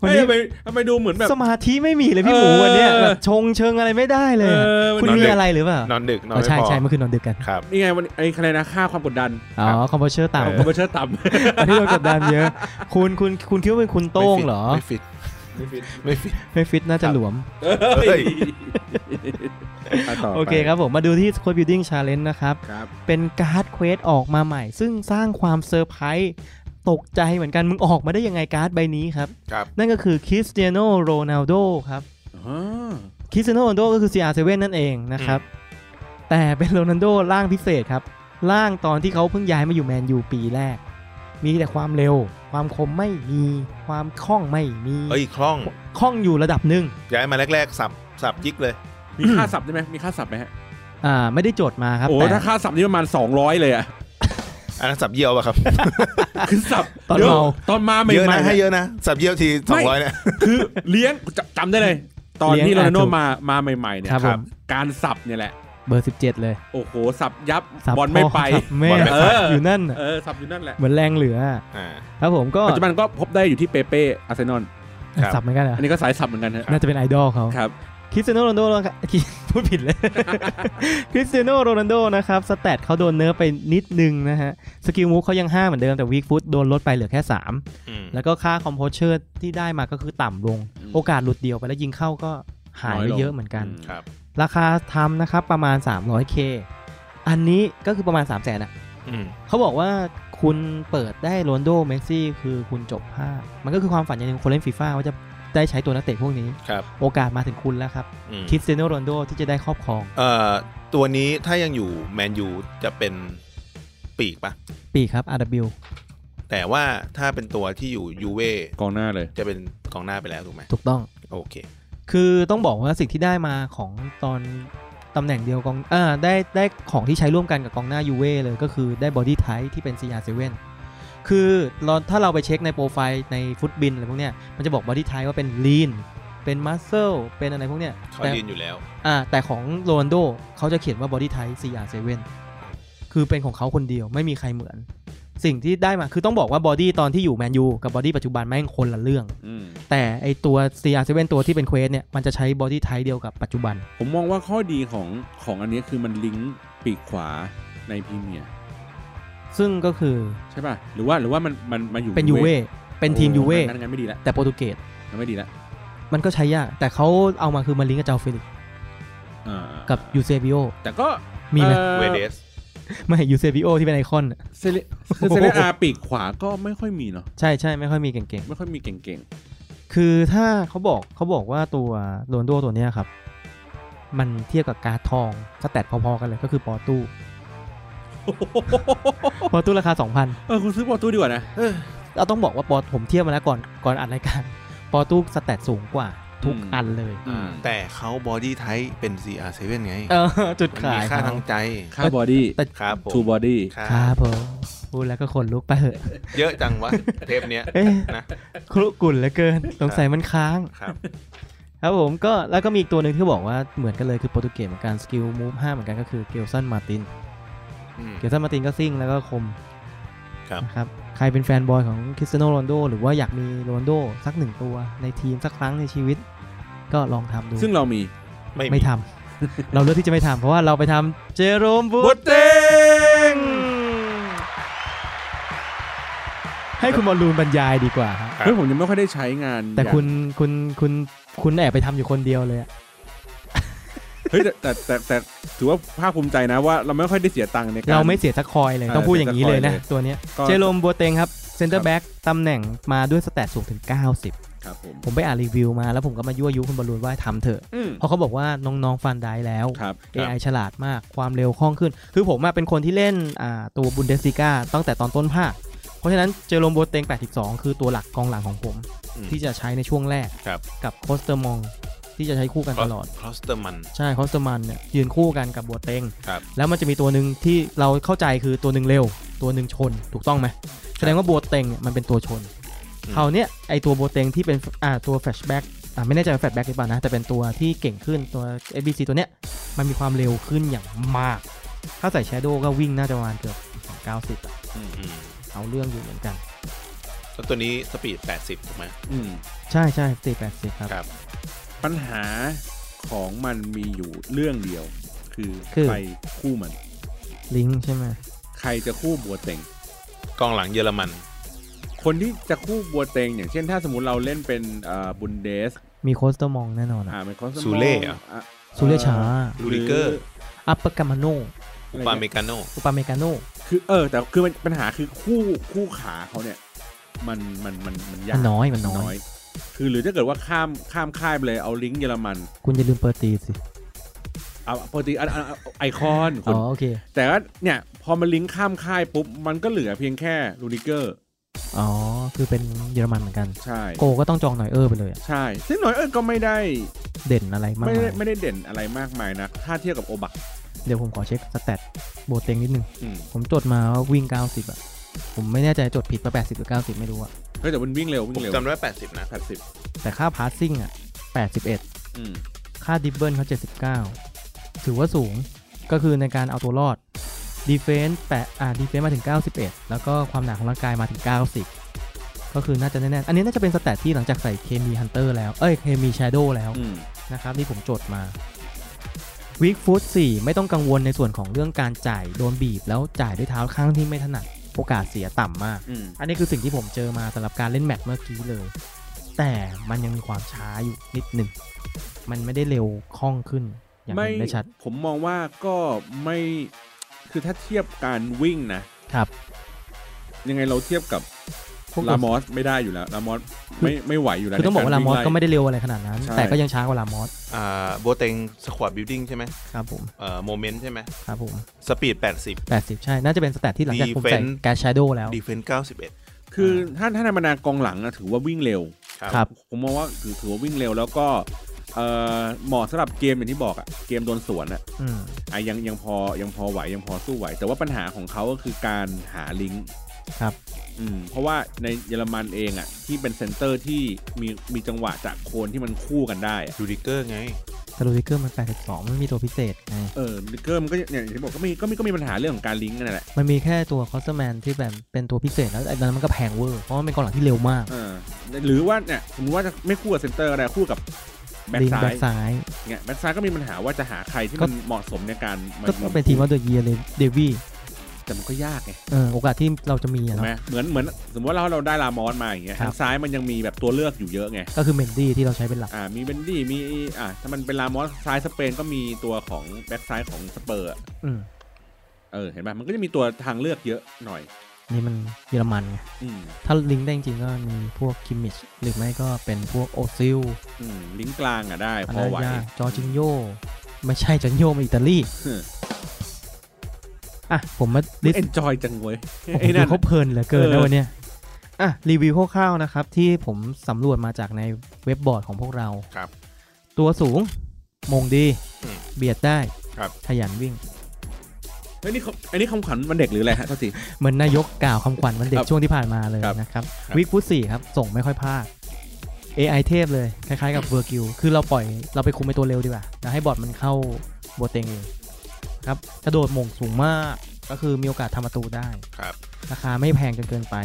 C: วันนี้
D: เอ้ยทำไมทำไมดูเหมือนแบบ
C: สมาธิไม่มีเลยพี่หมู
D: เออ
C: วันเนี้ยแบบชงเชิงอะไรไม่ได้เลยอะ
D: เออ
C: คุณ
B: นอน
C: มี
B: ดึก
C: อะไรหรือเปล่าน
B: อนดึกนอน
C: อ๋อ
B: ไม่
C: ใช่
B: พอ
C: ใช่เมื่อคืนนอนดึกกัน
B: ครับ
D: นี่ไงวันไอ้อะไรนะค่าความกดดัน
C: อ๋อคอมโพเชอร์ต่ำ
B: เออ
D: คอมเพรสเชอร์ต่
C: วันนี้เรากดดันเยอะ คุณคุณคุณคิดว่าเป็นคุณโต้งเหรอ
B: ไม่ฟิตไม่ฟิตไม่ฟิต
C: ไม่ฟิตน่าจะหลวม
D: ำเฮ้ยอ่ะต่ไป
C: โอเคครับผมมาดูที่ Squad Building Challenge นะครับ
D: ครับ
C: เป็นการ์ดเควสออกมาใหม่ ซึ่งสร้างความเซอร์ไพรส์ตกใจเหมือนกัน มึงออกมาได้ยังไงการ์ดใบนี้ครับ
B: ครับ
C: นั่นก็คือคริสเตียโนโรนัลโดครับ
D: อ๋อ
C: คริสเตียโนโรนัลโดก็คือ CR7 นั่นเองนะครับ แต่เป็นโรนัลโดร่างพิเศษครับ ร่างตอนที่เขาเพิ่งย้ายมาอยู่แมนยูปีแรก มีแต่ความเร็ว ความคมไม่มีความคล่องไม่มี
B: เอ้ยคล่อง
C: คล่องอยู่ระดับหนึ่ง
B: ย้ายมาแรก ๆ สับสับยิกเลย
D: มีค่าสับได้ไหมมีค่าสับไหมฮะ
C: อ่าไม่ได้โจทย์มาครับ
D: โอ้
C: แต่
D: ถ้าค่าสับนี่ประมาณ 200 เลยอ่ะ
B: อันนั้นสับเยี่ยวป่ะครับ
D: คือสับ
C: ตอน
D: ดี๋ยว
C: เมา
D: ตอนมาให
B: เยอะ
D: ม่
B: นะ
D: ๆ
B: ให้
D: เนี่ย
B: เยอะนะ สับเยี่ยวทีสองร้อยเนี่ย
D: คือเลี้ยงจจำได้เลย ตอน
C: เลี้ยง
D: ที่โรนัลโด
C: อ่ะถูก
D: มามาใหม่ๆเนี่ย
C: ครับผม
D: การสับเนี่ยแหละ
C: เบอร์ 17 เลย
D: โอ้โห สับยับ
C: สั
D: บอลไม่
C: พ่
D: ไป
C: สับแม่
B: บอลไม่ไป
C: สับอยู่นั่นน่ะ
D: เออ สับอยู่นั่นแหละ
C: เหมือนแรงเหลือ
B: อ่า
C: ครับผมก็
D: ปัจจุบันก็พบได้อยู่ที่เปเป้อาร์เซนอล
B: ครับ
C: สับเหมือนกันเหรอ
D: อันนี้ก็สายสับเหมือนกันฮะ
C: น่าจะเป็นไอดอลเขา
D: ครับ
C: คริสเตียโนโรนัลโดนะครับ [laughs] คิดพูดผิดเลย [laughs] คริสเตียโนโรนัลโดนะครับ สแตทเขาโดนเนื้อไปนิดนึงนะฮะ สกิลมูฟเขายัง 5 เหมือนเดิม แต่วีคฟุตโดนลดไปเหลือแค่
B: อืม
C: 3 แล้วก็ค่าคอมโพเชอร์ที่ได้มาก็คือต่ำลง
D: อืม
C: โอกาสหลุดเดียวไปแล้วยิงเข้าก็หายไปเยอะเหมือนกัน
B: ครับ
C: ราคาทำนะครับประมาณ 300k อันนี้ก็คือประมาณ 3 0 0 0 0นอะ
B: อืม
C: เขาบอกว่าคุณเปิดได้โรนลโดเมสซี่คือคุณจบห้ามันก็คือความฝันอย่างหนึ่งของคนเล่นฟีฟ่าว่าจะได้ใช้ตัวนักเตะพวกนี้
B: ครับ
C: โอกาสมาถึงคุณแล้วครับ
B: อืม
C: คริสเตียโนโรนลโดที่จะได้ครอบครอง
B: เอ่อ ตัวนี้ถ้ายังอยู่แมนยูจะเป็นปีกปะ
C: ปีกครับ RW
B: แต่ว่าถ้าเป็นตัวที่อยู่ยูเว่
D: กองหน้าเลย
B: จะเป็นกองหน้าไปแล้วถูกไหม
C: ถูกต้อง
B: โอเค
C: คือต้องบอกว่าสิ่งที่ได้มาของตอนตำแหน่งเดียวกองอ่าได้ได้ของที่ใช้ร่วมกันกับกองหน้ายูเว่เลยก็คือได้บอดี้ไทป์ที่เป็น CR7 คือเราถ้าเราไปเช็คในโปรไฟล์ในฟุตบินอะไรพวกเนี้ยมันจะบอกบอดี้ไทป์ว่าเป็น lean เป็น muscle เป็นอะไรพวกเนี้ย
B: เขา
C: แต่
B: ยืนอยู่แล้ว
C: อ่าแต่ของโรนลโดเขาจะเขียนว่าบอดี้ไทป์ CR7 คือเป็นของเขาคนเดียวไม่มีใครเหมือน สิ่งที่ได้มาคือต้องบอกว่าบอดี้ตอนที่อยู่แมนยูกับบอดี้ปัจจุบันแม่งคนละเรื่อง
D: อืม
C: แต่ไอตัว CR7 ตัวที่เป็นเควสเนี่ยมันจะใช้บอดี้ไทป์เดียวกับปัจจุบัน
D: ผมมองว่าข้อดีของของอันนี้คือมันลิงก์ปีกขวาในพรีเมียร์
C: ซึ่งก็คือ
D: ใช่ป่ะ หรือว่าหรือว่ามันมันมาอยู่
C: เป็นยูเว่เป็นทีมยูเว่
D: โอ้งั้นงั้นไม่ดีละ
C: แต่โปรตุเกส
D: งั้นไม่ดีละ
C: มันก็ใช้ยาก แต่เขาเอามาคือมาลิงก์กับเจ้าเฟลิกซ์
D: อ่า
C: กับยูเซบิโอ
D: แต่ก็
C: มีไหม
D: อ่อ
B: เวเดส
C: ไม่ยูเซบิโอที่เป็นไอคอน
D: เซเลคือ
C: โอ้โห
D: เซเลอาปีกขวาก็ไม่ค่อยมีเนาะ
C: ใช่ใช่ไม่ค่อยมีเก่ง
D: ไม่ค่อยมีเก่ง
C: ๆ คือถ้าเขาบอกเขาบอกว่าตัวโรนลโดตัวเนี้ยครับ มันเทียบกับการดทองสแตทพอๆกันเลยก็คือปอ
B: [laughs]
C: ตู้
D: ๆ
C: ปอตู้ราคา 2,000
D: เออ คุณซื้อปอตู้ดีกว่านะ
C: เราต้องบอกว่าปอผมเทียบมาแล้วก่อนก่อนอัดรายการ ปอตู้สแตทสูงกว่า ทุกอันเลย
D: อืม
B: แต่เขาบอดี้ไทป์เป็น CR7 ไง
C: เออ จุด
B: มัน
C: ขาย
B: มีค่าทางใจ
D: ค่าบอดี้
B: ครับผม
D: ทูบอดี้
B: ครั
C: ครับ บผมพูดแล้วก็ขนลุกไปเหอะ
B: เยอะจังวะ [laughs] เทปเนี้ย
C: เอ๊ะ
B: นะ
C: ครุกุ่นเหลือเกินสงสัยมันค้าง
B: ครับ
C: ครับผมก็แล้วก็มีอีกตัวหนึ่งที่บอกว่าเหมือนกันเลยคือโปรตุเกสเหมือนกันสกิลมูฟห้าเหมือนกันก็คือเกลสันมาติน
B: อืม
C: เกลสันมาตินก็ซิ่งแล้วก็คม
B: ครับ
C: นะครับ ใครเป็นแฟนบอยของคริสเตียโนโรนลโด หรือว่าอยากมีโรนลโดสักหนึ่งตัวในทีมสักครั้งในชีวิต ก็ลองทำดู
D: ซึ่งเรามี
B: ไม่มี
C: ไม่ทำ
D: [laughs]
C: เราเลือกที่จะไม่ทำเพราะว่าเราไปทำเจอโรมบู
B: บุ
C: ต
B: ตเต้ง
C: ให้คุณบอลลูนบรรยายดีกว่าครับ
D: เฮ้ยผมยังไม่ค่อยได้ใช้งาน
C: แต่
D: อย่าง
C: คุณคุณคุณคุณแอบไปทำอยู่คนเดียวเลยอะ
D: เฮ้ยแต่แต่แต่แต่ถือว่าภาคภูมิใจนะว่าเราไม่ค่อยได้เสียตังค์ในการ
C: เราไม่เสียสักคอยเลย
D: เออ
C: ต้องพูดอย่างนี้เลยนะ
D: เสียสักคอยเลย
C: ตัวเนี้ย
D: ก็
C: เจอโรมบัวเตงครับเซนเตอร์แบ็กตำแหน่งมาด้วยสแตทสูงถึง 90
D: ครับผม
C: ผมไปอ่านรีวิวมาแล้วผมก็มายั่วยุคุณบอลลูนว่าให้ทำเถอะ
D: อืม
C: เพราะเขาบอกว่าน้องๆฟันได้แล้ว
D: ครับ
C: AI ฉลาดมาก ความเร็วคล่องขึ้น คือผมอะเป็นคนที่เล่นอ่าตัวบุนเดสซิก้าตั้งแต่ตอนต้นภาค เพราะฉะนั้นเจอโรมโบเตง 82 คือตัวหลักกองหลังของผม
B: อืม
C: ที่จะใช้ในช่วงแรก
B: ครับ
C: กับโคสเตอร์มอง ที่จะใช้คู่กันตลอด
B: คลอสเตอร์มัน
C: ใช่โคสเตอร์มันเนี่ยยืนคู่กันกับโบเตง
B: ครับ
C: แล้วมันจะมีตัวหนึ่งที่เราเข้าใจคือตัวหนึ่งเร็ว ตัวหนึ่งชนถูกต้องไหมแสดงว่าโบเตงเนี่ยมันเป็นตัวชน
B: อืม
C: คราวเนี้ยไอตัวโบเตงที่เป็นอ่าตัวแฟชแบ็กอ่าไม่แน่ใจว่าแฟชแบ็กหรือเปล่านะ แต่เป็นตัวที่เก่งขึ้นตัว ABC ตัวเนี้ยมันมีความเร็วขึ้นอย่างมาก ถ้าใส่แชโดว์ก็วิ่งน่าจะประมาณเกือบ90อะ
B: อืม
C: เอาเรื่องอยู่เหมือนกัน
B: แล้วตัวนี้สปีด 80 ถูกไหม
D: อืม
C: ใช่ใช่สี่แปดสิบครับ
B: ครับ
D: ปัญหาของมันมีอยู่เรื่องเดียว คือ
C: คือ
D: ใครคู่มัน
C: ลิงก์ใช่ไหม
D: ใครจะคู่บัวเต็ง
B: กองหลังเยอรมัน
D: คนที่จะคู่บัวเต็ง อย่างเช่นถ้าสมมติเราเล่นเป็นเอ่อบุนเดส
C: มีโคสเตอร์มองแน่นอนอะ
D: อ่าเป็นคอส
B: ซูเล่เหรอ
C: ซูเรียชา
B: ลูริเกอร์
C: อัปเปอร์กามาโน
B: อุปาเมกาโน
C: อุปาเมกาโน
D: คือเออ แต่คือมันปัญหาคือคู่คู่ขาเขาเนี่ย มันมันมันมันยาก
C: มันน้อยมันน้อย
D: คือหรือถ้าเกิดว่าข้ามข้ามค่ายไปเลยเอาลิงก์เยอรมัน
C: คุณอย่าลืมเปิดตีสิ
D: เอาปกติอันอันอันไอคอนคุ
C: อ๋
D: ณ
C: อโอเค
D: แต่ว่าเนี่ยพอมันลิงก์ข้ามค่ายปุ๊บ มันก็เหลือเพียงแค่ลูริเกอร์
C: อ๋อคือเป็นเยอรมันเหมือนกัน
D: ใช่
C: โกก็ต้องจองหน่อยเออไปเลยอะ
D: ใช่ ซึ่งหน่อยเอิญก็ไม่ได้
C: เด่นอะไรมาก
D: ไม่ได้
C: มาย
D: ไม่ได้เด่นอะไรมากมายนะ ถ้าเทียบกับโอบัก
C: เดี๋ยวผมขอเช็คสแตทโบเต็งนิดนึง
D: อืม
C: ผมจดมาว่าวิ่ง 90 อ่ะ ผมไม่แน่ใจจดผิดมา80 หรือ 90 ไม่รู้อ่ะ
D: เฮ้ยแต่มันวิ่งเร็ว
B: ผ
D: วิ่
B: ม
D: งเร็ว
B: จำได้ว่า80 นะ
D: แปดสิบ
C: แต่ค่าพาสซิ่งอ่ะ 81
D: อืม
C: ค่าดิบเบิลเขา 79 ถือว่าสูงก็คือในการเอาตัวรอดดีเฟนส์แปดอ่าดีเฟนส์มาถึง 91 แล้วก็ความหนาของร่างกายมาถึง 90 ก็คือน่าจะแน่ๆอันนี้น่าจะเป็นสแตทที่หลังจากใส่เคมีฮันเตอร์แล้วเอ้ยเคมีแชโดแล้ว
D: อืม
C: นะครับที่ผมจดมาวิกฟุต4ไม่ต้องกังวลในส่วนของเรื่องการจ่ายโดนบีบแล้วจ่ายด้วยเท้าข้างที่ไม่ถนัดโอกาสเสียต่ำมาก
D: อืม
C: อันนี้คือสิ่งที่ผมเจอมาสำหรับการเล่นแมตช์เมื่อกี้เลย แต่มันยังมีความช้าอยู่นิดหนึ่ง มันไม่ได้เร็วคล่องขึ้น อย่าง
D: ไม่
C: เห็นได้ชัด
D: ผมมองว่าก็ไม่คือถ้าเทียบการวิ่งนะ
C: ครับ
D: ยังไงเราเทียบกับ
C: พวก
D: ลา
C: ตัว
D: มอสไม่ได้อยู่แล้วลามอส
C: คือ
D: ไม่ไม่ไหวอยู่แล้ว
C: คือต้องบอกว่า
D: ใน
C: ลารมอสก็
D: วิ่งไ
C: ไม่ได้เร็วอะไรขนาดนั้น
D: ใช่
C: แต่ก็ยังช้ากว่าลามอส
B: อ่าโบเต็งสควอตบิลดิ้งใช่ไหม
C: ครับผม
B: เอ่อโมเมนต์ใช่ไหม
C: ครับผม
B: สปีด
C: 80 ใช่ น่าจะเป็นสแตทที่หลังจากผมใส่
B: Defense
C: แกชโดแล้ว
B: 80 ดีเฟน91
D: คือถ้าถ้าในบรรดากองหลังอะถือว่าวิ่งเร็ว
B: ครับ
C: ครับ
D: ผมมองว่าถือถือว่าวิ่งเร็วแล้วก็เอ่อเหมาะสำหรับเกมอย่างที่บอกอะเกมโดนสวนอะ
C: อืม
D: อ่ะยังยังพอยังพอไหวยังพอสู้ไหว แต่ว่าปัญหาของเขาก็คือการหาลิงก์
C: ครับ
D: อืมเพราะว่าในเยอรมันเองอ่ะที่เป็นเซนเตอร์ที่มีมีจังหวะจากโคนที่มันคู่กันได้อะ
B: ดูดิเกอร์ไง
C: แต่ลูดิเกอร์มัน 82 มันมีตัวพิเศษไง
D: เออลิเกอร์มันก็อย่างที่บอกก็มีก็มีก็มีปัญหาเรื่องของการลิงก์นั่นแหละ
C: มันมีแค่ตัวคอสเตอร์แมนที่แบบเป็นตัวพิเศษแล้วไอ้นั้นมันก็แพงเวอร์ เพราะมันเป็นกองหลังที่เร็วมาก
D: เออหรือว่าเนี่ยสมมติว่าจะไม่คู่กับเซนเตอร์ก็ได้คู่กับแบ็ค
C: ลิง
D: ซ้า
C: แบ็
D: ย
C: กซ้าย
D: เนี่ยแบ็คซ้ายก็มีปัญหาว่าจะหาใครที่
C: ก็
D: มันเหมาะสมในการมา
C: ก็ต้องเป็นทีมว่าเดอะเยียเลยเดวี่
D: แต่มันก็ยากไง
C: เออโอกาสที่เราจะมี
D: ถู
C: อะ
D: กไหม
C: เนาะ
D: เหมือนเหมือนสมมติว่าเราเราได้ลามอสมาอย่างเงี้ย
C: ครับ
D: ทางซ้ายมันยังมีแบบตัวเลือกอยู่เยอะไง
C: ก็คือเมนดี้ที่เราใช้เป็นหลัก
D: อ่ามีเบนดี้มีอ่าถ้ามันเป็นลามอสซ้ายสเปนก็มีตัวของแบ็กซ้ายของสเปอร์อะ
C: อืม
D: เออเห็นไหมมันก็จะมีตัวทางเลือกเยอะหน่อย
C: นี่มันเยอรมันไง
D: อืม
C: ถ้าลิงก์ได้จริงๆก็มีพวกคิมมิชหรือไม่ก็เป็นพวกโอซิล
D: อืมลิงก์กลางอ่ะได้
C: อา
D: พอ
C: นา
D: ไหวย
C: าจอร์จินโยไม่ใช่จอร์จินโยมาอิตาลีอ่ะผมมาลิส
D: เอ็
C: ต์
D: นจอยจังเว้ย
C: ผม
D: ไอ้
C: ดู
D: นั่น
C: เขาเพลินเหลือเกิน
D: เอ
C: นะ
D: อ
C: วันเนี้ยอ่ะรีวิวคร่าวๆนะครับที่ผมสำรวจมาจากใน เว็บบอร์ดของพวกเรา
B: ครับ
C: ตัวสูง มงดี
B: อืม
C: เบียดได้
B: ครับ
C: ขยันวิ่ง
D: เฮ้ยนี่เขาอันนี้คำขวัญวันเด็กหรืออะไรฮะโทษที
C: เหมือนนายกกล่าวคำขวัญวันเด็
D: ค
C: ก
D: รับ
C: ช่วงที่ผ่านมาเลย
D: ครับ
C: นะครับ
B: ครับ
C: วิกพุทธสี่ครับ ส่งไม่ค่อยพลาด AI เทพเลย คล้ายๆกับเวอร์กิวคือเราปล่อยเราไปคุมไปตัวเร็วดีกว่าแล้วให้บอทมันเข้าโบเตงเองครับกระโดดหม่งสูงมาก ก็คือมีโอกาสทำประตูได้
B: ครับ
C: ราคาไม่แพงจนเกินไป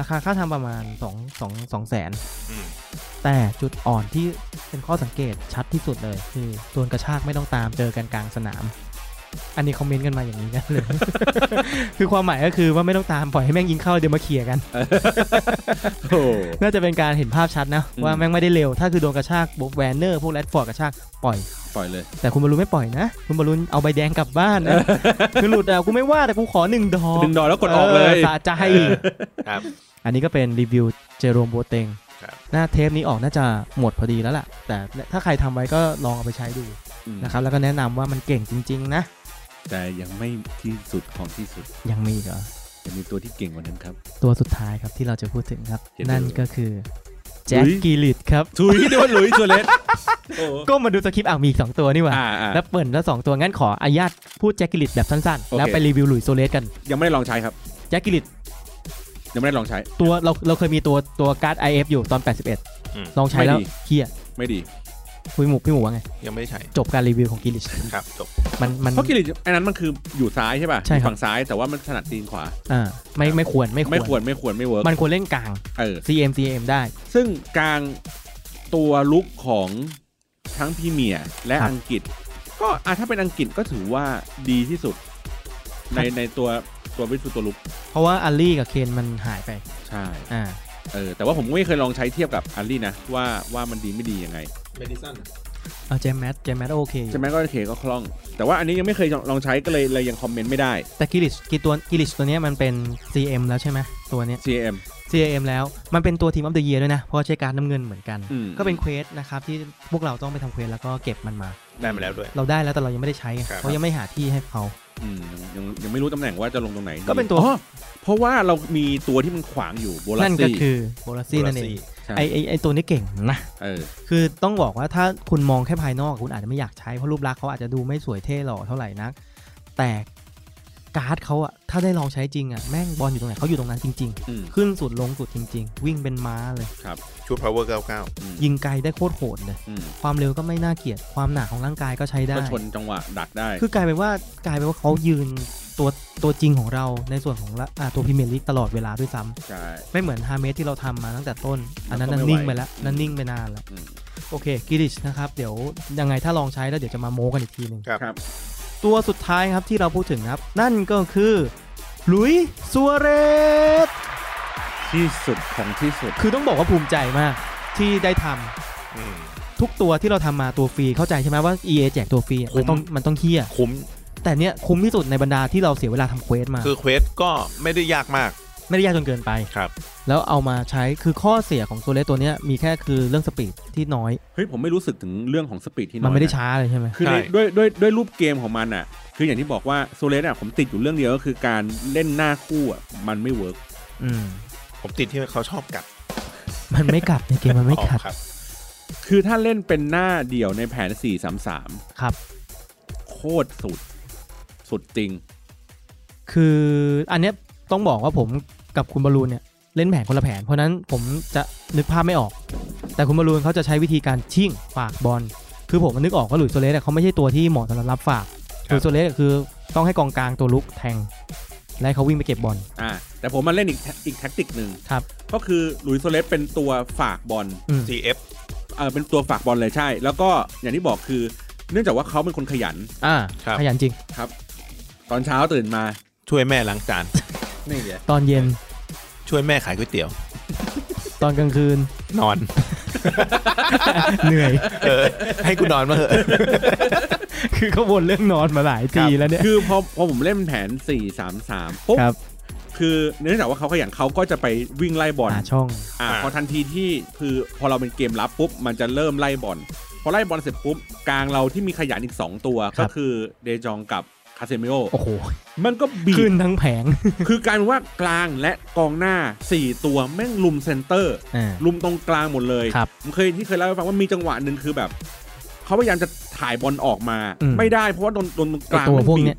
C: ราคาค่าทำประมาณ2 2 2แสน
B: อืม
C: แต่จุดอ่อนที่เป็นข้อสังเกตชัดที่สุดเลย คือโดนกระชากไม่ต้องตามเจอกันกลางสนาม อันนี้คอมเมนต์กันมาอย่างนี้กันเลย [laughs] คือความหมายก็คือว่าไม่ต้องตามปล่อยให้แม่งยิงเข้าเดี๋ยวมาเคลียร์กัน
D: โอ้
C: น่าจะเป็นการเห็นภาพชัดนะ
D: อืม
C: ว่าแม่งไม่ได้เร็ว ถ้าคือโดนกระชากบุ๊กแวนเนอร์พวกแรดฟอร์ดกระชากปล่อย
D: ปล่อยเลย
C: แต่คุณบอลลูนไม่ปล่อยนะ คุณบอลลูนเอาใบแดงกลับบ้านนะ คือหลุดอะกูไม่ว่าแต่กูขอหนึ่งดอก
D: ดึงดอกแล้วกดออกเลย
C: สะใจ
B: ครับ
C: อันนี้ก็เป็นรีวิวเจอโรมโบเตง
B: ครับ
C: หน้าเทปนี้ออกน่าจะหมดพอดีแล้วล่ะ แต่ถ้าใครทำไว้ก็ลองเอาไปใช้ดูนะครับ แล้วก็แนะนำว่ามันเก่งจริง ๆ นะ
D: แต่ยังไม่ที่สุดของที่สุด
C: ยังมีอีกเหรอ
D: ยังมีตัวที่เก่งกว่านั้นครับ
C: ตัวสุดท้ายครับที่เราจะพูดถึงครับ
D: เจ็ดเดือน
C: นั่นก็คือแจ็คกีลิดครับ
D: [laughs] ถุยเดี๋ยวหลุยส์ตัวเล็กโอ้
C: ก็มาดูสคริปต์อ่ะมีอีกสองตัวนี่หว่า
D: อ่าอ่า
C: แล้วเปิดแล้วสองตัวงั้นขออายัดพูดแจ็คกิลิดแบบสั้น
D: โอ
C: ๆ
D: เค
C: แล้วไปรีวิวหลุยส์โซเลสกัน
D: ยังไม่ได้ลองใช้ครับ
C: แจ็คกิลิด
D: ยังไม่ได้ลองใช้
C: ตัวเราเราเคยมีตัวตัวการ์ด IF อยู่ตอน
B: อืม
C: 81 ลองใช้แล้ว
D: ไม่ดี
C: เฮีย
D: ไม่ดี
C: พี่หมูพี่หมูว่าไง
B: ยังไม่ได้ใช้
C: จบการรีวิวของกิลิช
B: ครับจบ
C: มันมัน
D: เพราะกิริอันนั้นมันคืออยู่ซ้ายใช่ป่ะ
C: ใช่ครับ
D: ฝั่งซ้ายแต่ว่ามันถนัดตีนขวา
C: อ่าไม่ไม่ควรไม่
D: ไม่ค
C: คว ว
D: ร
C: ร
D: ไม่ควรไม่เวิร์ก
C: มันควรเล่นกลาง
D: เออ
C: CM CM ได้
D: ซึ่งกลางตัวลุกของทั้งพรีเมียร์และ
C: ครับ
D: อังกฤษ ก็อ่ะถ้าเป็นอังกฤษก็ถือว่าดีที่สุด ในในตัวตัววิสุตัวลุก
C: เพราะว่าอัลลี่กับเคนมันหายไป
D: ใช่
C: อ่า
D: เออแต่ว่าผมก็ไม่เคยลองใช้เทียบกับอัลลี่นะ ว่าว่ามันดีไม่ดียังไง
B: เมดิสัน
C: เอาเจมแมทเจมแมทโอเคอยู่
D: ใช่ไหมก็โอเคก็คล่อง แต่ว่าอันนี้ยังไม่เคยลองใช้ก็เลยเลยยังคอมเมนต์ไม่ได้
C: แต่กิลิชกีตัวกิลิชตัวเนี้ยมันเป็น CM แล้วใช่ไหมตัวเนี้ย
D: CM
C: CM แล้วมันเป็นตัวทีมอัพเดอะเยียด้วยนะ เพราะใช้การดน้ำเงินเหมือนกัน
D: อืม
C: ก็เป็นเควสนะครับ ที่พวกเราต้องไปทำเควสแล้วก็เก็บมันมา
B: ได้มาแล้วด้วย
C: เราได้แล้วแต่เรายังไม่ได้ใช้ไง
B: ครับ
C: เพราะยังไม่หาที่ให้เขา
D: อืมยังยังยังไม่รู้ตำแหน่งว่าจะลงตรงไหน
C: ก็เป็นตัว
D: อ๋อเพราะว่าเรามีตัวที่มันขวางอยู่โบลัส
C: นั่นก็
D: ซี่
C: คือโบลาซี่นั่นเอง
D: ใช่
C: ไอไอไอตัวนี้เก่งนะ
D: เออ
C: คือต้องบอกว่าถ้าคุณมองแค่ภายนอกคุณอาจจะไม่อยากใช้ เพราะรูปลักษณ์เขาอาจจะดูไม่สวยเท่หล่อเท่าไหร่นัก แต่การ์ดเขาอะถ้าได้ลองใช้จริงอะแม่งบอลอยู่ตรงไหนเขาอยู่ตรงนั้นจริง
D: อืม
C: ๆ ขึ้นสุดลงสุดจริง ๆ วิ่งเป็นม้าเลย
B: ชุด power 99
D: อืม
C: ยิงไกลได้โคตรโหดเลย
D: อืม
C: ความเร็วก็ไม่น่าเกลียด ความหนาของร่างกายก็ใช้ได้
D: ก็ชนจังหวะดักได้
C: คือกลายเป็นว่ากลายเป็นว่าเขายืนตัวตัวจริงของเราในส่วนของละอ่าตัวพรีเมียร์ลีกตลอดเวลาด้วยซ้ำ
D: ใช่
C: ไม่เหมือนฮาเมสที่เราทำมาตั้งแต่ต้น อันนั้น
D: เราก็
C: นั่
D: ไม่
C: น
D: ไหว
C: นิ่งไปแล้ว
D: อืม
C: นั่นนิ่งไปนานแล้ว
D: อืม
C: โอเคกิริชนะครับ เดี๋ยวยังไงถ้าลองใช้แล้วเดี๋ยวจะมาโม้กันอีกทีหนึ่ง
B: ครับ
D: ครับ
C: ตัวสุดท้ายครับที่เราพูดถึงครับ นั่นก็คือหลุยส์ซัวเรส
D: ที่สุดของที่สุด
C: คือต้องบอกว่าภูมิใจมากที่ได้ทำ
B: อืม
C: ทุกตัวที่เราทำมาตัวฟรีเข้าใจใช่ไหมว่า EA แจกตัวฟรีอะ
B: คุ้ม
C: มันต้องมันต้องเฮี้ย
B: คุ้ม
C: แต่เนี้ยคุ้มที่สุดในบรรดาที่เราเสียเวลาทำเควสมา
B: คือเควสก็ไม่ได้ยากมาก
C: ไม่ได้ยากจนเกินไป
B: ครับ
C: แล้วเอามาใช้คือข้อเสียของโซเลสตัวเนี้ยมีแค่คือเรื่องสปีดที่น้อย
D: เฮ้ย ผมไม่รู้สึกถึงเรื่องของสปีดที่น้อย
C: มันไม่ได้
D: ะ
C: ช้าเลยใช่ไหม
D: คือใน
B: ใช่
D: ด้วยด้วยด้วยรูปเกมของมันอ่ะ คืออย่างที่บอกว่าโซเลสอ่ะผมติดอยู่เรื่องเดียวก็คือการเล่นหน้าคู่อ่ะมันไม่เวิร์ก
C: อืม
B: ผมติดที่เขาชอบกัด
C: มันไม่กัดในเกมมันไม่
B: ออก
C: กัด
B: ครับ
D: คือถ้าเล่นเป็นหน้าเดียวในแผน 4-3-3
C: ครับ
D: โคตรสุด สุดจริง
C: คืออันเนี้ยต้องบอกว่าผมกับคุณบอลลูนเนี่ยเล่นแผนคนละแผน เพราะฉะนั้นผมจะนึกภาพไม่ออก แต่คุณบอลลูนเขาจะใช้วิธีการชิ่งฝากบอลคือผมนึกออกว่าหลุยส์โซเลสอะเขาไม่ใช่ตัวที่เหมาะสำหรับรับฝากห
B: ครับ
C: ลุยส์โซเลสอะคือต้องให้กองกลางตัวลุกแทงและให้เขาวิ่งไปเก็บบอล
D: อ่าแต่ผมมาเล่นอีกแทอีกแท็กติกหนึ่ง
C: ครับ
D: ก็คือหลุยส์โซเลสเป็นตัวฝากบอล
C: อืม
B: CF
D: เออเป็นตัวฝากบอลเลยใช่ แล้วก็อย่างที่บอกคือ เนื่องจากว่าเขาเป็นคนขยัน
C: อ่า
B: ครับ
C: ขยันจริง
D: ครับ ตอนเช้าตื่นมา
B: ช่วยแม่ล้างจาน
D: นี่แหละ
C: ตอนเย็น
B: ช่วยแม่ขายก๋วยเตี๋ยว
C: ตอนกลางคืน [laughs]
B: นอน [laughs]
C: เหนื่อย
B: เออ ให้กูนอนมาเถอะ
C: คือเขาวนเรื่องนอนมาหลายทีแล้วเนี่ย
D: คือพอพอผมเล่นแผน 4 3 3ปุ๊บ
C: ครับ
D: คือเนื่องจากว่าเขาขยันเขาก็จะไปวิ่งไล่บอล
C: หาช่อง
D: อ่า
B: อ่า
D: พอทันทีที่คือพอเราเป็นเกมรับปุ๊บ มันจะเริ่มไล่บอลพอไล่บอลเสร็จปุ๊บ กลางเราที่มีขยันอีก 2 ตัว
C: ครั
D: ก็
C: บ
D: คือเดจองกับคา าเซมิโอ
C: โอ้โห
D: มันก็บีบ
C: ขึ้นทั้งแผง
D: คือการว่ากลางและกองหน้า 4 ตัวแม่งลุมเซนเตอร์
C: อ่า
D: ลุมตรงกลางหมดเลย
C: ครับ
D: ผมเคยที่เคยเล่าให้ฟังว่ามีจังหวะหนึ่งคือแบบ เขาพยายามจะถ่ายบอลออกมา
C: อืม
D: ไม่ได้เพราะว่าโดนโดนตรงกลาง
C: ตัวพวก
D: มั
C: เนี้ย
D: บี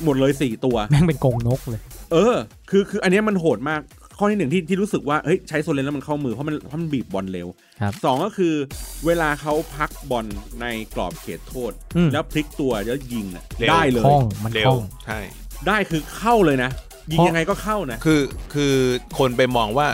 D: บหมดเลยสี่ตัว
C: แม่งเป็นกรงนกเลย
D: เออ คือคืออันเนี้ยมันโหดมาก ข้อที่หนึ่งที่ที่รู้สึกว่าเฮ้ยใช้โซเลนแล้วมันเข้ามือเพราะมันเพราะมันบีบบอลเร็ว
C: ครับ
D: สองก็คือเวลาเขาพักบอลในกรอบเขตโทษ
C: อืม
D: แล้วพลิกตัวแล้วยิงน่ะ
B: เร็ว
D: ได้เลย
C: คล่องมัน
B: เร็
C: คว ล่อง
B: ใช่
D: ได้คือเข้าเลยนะ ยิง
C: เพราะ
D: ยังไงก็เข้านะ
B: คือคือคนไปมองว่า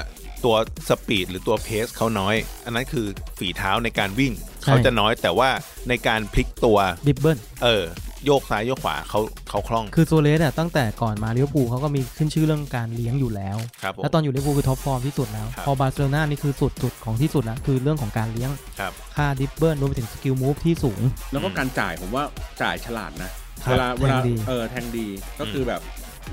B: ตัวสปีดหรือตัวเพสเขาน้อย อันนั้นคือฝีเท้าในการวิ่ง
C: ใช่
B: เขาจะน้อยแต่ว่าในการพลิกตัว
C: ดิบเบิล
B: เออ โยกซ้ายโยกขวาเขาเขาคล่อง
C: คือโซเลสเนี่ยตั้งแต่ก่อนมาลิเวอร์พูลเขาก็มีขึ้นชื่อเรื่องการเลี้ยงอยู่แล้ว
B: ครับผม
C: แล้วตอนอยู่ลิเวอร์พูลคือท็อปฟอร์มที่สุดแล้ว
B: ครับ
C: พอบาร์เซโลนานี่คือสุดสุดของที่สุดแล้วคือเรื่องของการเลี้ยง
B: ครับ
C: ค่าดิบเบิลรวมไปถึงสกิลมูฟที่สูง
D: แล้วก็การจ่ายผมว่าจ่ายฉลาดนะ
C: ครับ
D: เวลาเวลา
C: แทงดี
D: เออแทงดีก็คือแบบ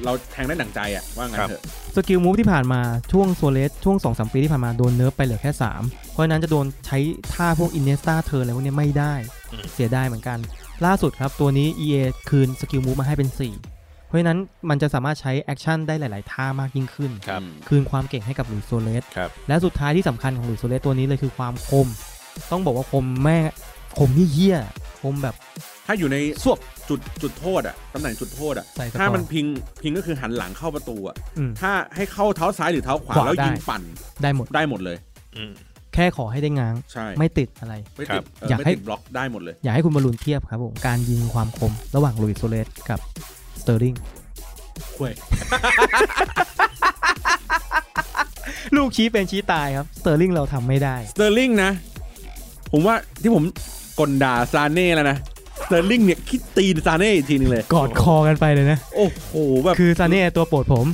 D: เราแทงได้ดั่งใจอะว่างั้นเถอะ
C: สกิลมูฟที่ผ่านมาช่วงโซเลสช่วง2อสปีที่ผ่านมาโดนเนิร์ฟไปเหลือแค่ 3 เพราะฉะนั้นจะโดนใช้ท่าพวกอินเนสตาเธออะไรพวกเนี้ยไม่ได้
B: อืม
C: เสียดายเหมือนกัน ล่าสุดครับ ตัวนี้ EA คืนสกิลมูฟมาให้เป็น 4 เพราะฉะนั้นมันจะสามารถใช้แอคชั่นได้หลาย ๆ ท่ามากยิ่งขึ้น
B: ครับ
D: อืม
C: คืนความเก่งให้กับหลุยส์โซเลส
B: ครับ
C: และสุดท้ายที่สำคัญของหลุยส์โซเลสตัวนี้เลยคือความคม ต้องบอกว่าคมแม่คมที่เหี้ยคมแบบ
D: ถ้าอยู่ใน
C: สวบ
D: จุดจุดโทษอะตำแหน่งจุดโทษอะ
C: ใส่สกอร์
D: ถ้ามันพิงพิงก็คือหันหลังเข้าประตูอะ
C: อืม
D: ถ้าให้เข้าเท้าซ้ายหรือเท้าขวา
C: ขวา
D: แล้วยิง
C: ได้
D: ปั่น
C: ได้หมด
D: ได้หมดเลย
B: อืม
C: แค่ขอให้ได้ง้าง
D: ใช่
C: ไม่ติดอะไร
D: ไม่
B: ครั
D: ติด
B: บ
D: เออ
C: อยาก
D: ไม่
C: ให้
D: ติดบล็อกได้หมดเลย
C: อยากให้คุณบอลลูนเทียบครับผมการยิงความคมระหว่างหลุยส์โซเลสกับสเตอร์ลิง
D: ห่วย
C: [laughs] ลูกชี้เป็นชี้ตายครับสเตอร์ลิงเราทำไม่ได้
D: สเตอร์ลิงนะ ผมว่าที่ผมกลด่าซาเน่แล้วนะสเตอร์ลิงเนี่ยคิดตีนซาเน่อีกทีนึงเลย
C: กอดคอกันไปเลยนะ
D: โอ้โหแบบ
C: คือซาเน่ตัวโปรดผม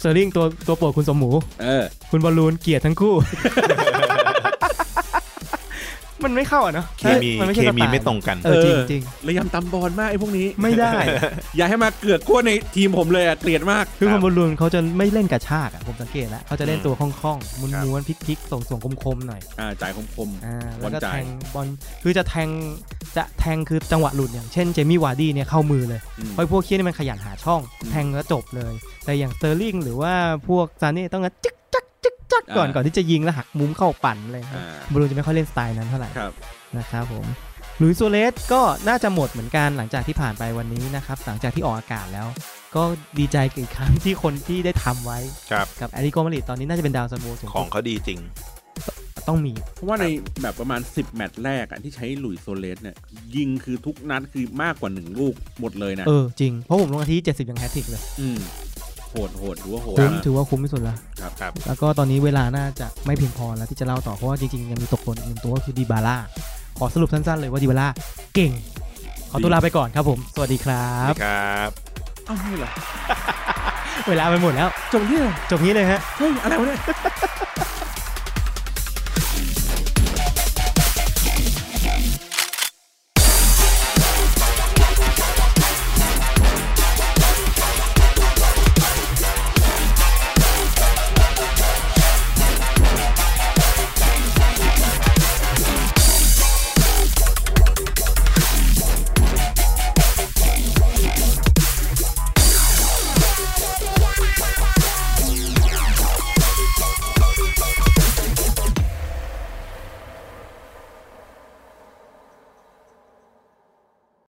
C: สเตอร์ลิงตัวตัวโปรดคุณสมหมู
D: เออ
C: คุณบอลลูนเกลียดทั้งคู่ [laughs] มันไม่เข้าอ่ะเนาะ
B: เคมี
C: นไใช่
B: เคมี
C: สตล์
B: ไม่ตรงกัน
C: เออจริงจริง
D: ระยำตำบอลมากไอ้พวกนี้
C: ไม่ได้
D: อย่าให้มาเกือกขั้วในทีมผมเลยอะเกลียดมาก
C: คือ
B: ค
C: คุ
B: รั
C: ณ
B: บบ
C: อลลูนเขาจะไม่เล่นกระชากอ่ะผมสังเกตแล้วเขาจะเล่น
B: อืม
C: ตัวคล่อง
B: ค
C: ๆ
B: รับ
C: ม้วนๆพลิกๆส่งส่งๆคมๆหน่อย
D: อ่าจ่ายคมคม
C: อ่า
D: วั
C: แล้ว
D: น
C: ก็
D: จ่า
C: แท
D: ย
C: งบอลคือจะแทงจะแทงคือจังหวะหลุดอย่างเช่นเจมี่วาร์ดี้เนี่ยเข้ามือเลย
D: ๆอืม
C: เพราะพวกเคี้ยนี่มันขยันหาช่อง
D: อืม
C: แทงแล้วจบเลย แต่อย่างสเตอร์ลิงหรือว่าพวกซาเน่ต้องงั้นจึ๊กจักจึ๊กจักก่อน
D: อ่า
C: ก่อนที่จะยิงแล้วหักมุมเข้าปั่นเลย
D: อ่า
C: บอลลูนจะไม่ค่อยเล่นสไตล์นั้นเท่าไหร่
D: ครับ
C: นะครับผมหลุยส์โซเลสก็น่าจะหมดเหมือนกันหลังจากที่ผ่านไปวันนี้นะครับหลังจากที่ออกอากาศแล้ว ก็ดีใจอีกครั้งที่คนที่ได้ทำไว้
B: ครับ
C: กับแอริโกมาริตอนนี้น่าจะเป็นดาวซันโบสูง
B: ข
C: สุ
B: องเขาดีจริง
C: ดต้องมี
D: เพราะว่าในแบบประมาณ 10 แมตช์แรกอะที่ใช้หลุยส์โซเลสเนี่ย ยิงคือทุกนัดคือมากกว่า 1 ลูกหมดเลยนะ
C: เออจริงเพราะผมลงอาทิตย์70ยังแฮตทริกเลย
D: ืมโหดโหดถือว่าโหด
C: คุ้ม
D: มาก
C: ถือว่าคุ้มที่สุดแล้ว
B: ครับครับ
C: แล้วก็ตอนนี้เวลาน่าจะไม่เพียงพอแล้วที่จะเล่าต่อ เพราะว่าจริงๆ ยังมีตกหล่นอีกหนึ่งตัวก็คือดีบาร่าขอสรุปสั้นๆ เลยว่าดีบาร่าเก่ง ขอตัวลาไปก่อนครับผม สวัสดีครับ
B: ครับ
D: เอ้าไม่เหรอ
C: เวลาไปหมดแล้ว
D: จงที่ไหน
C: จบนี้เลยฮะ
D: เฮ้ย อะไรวะเนี่ย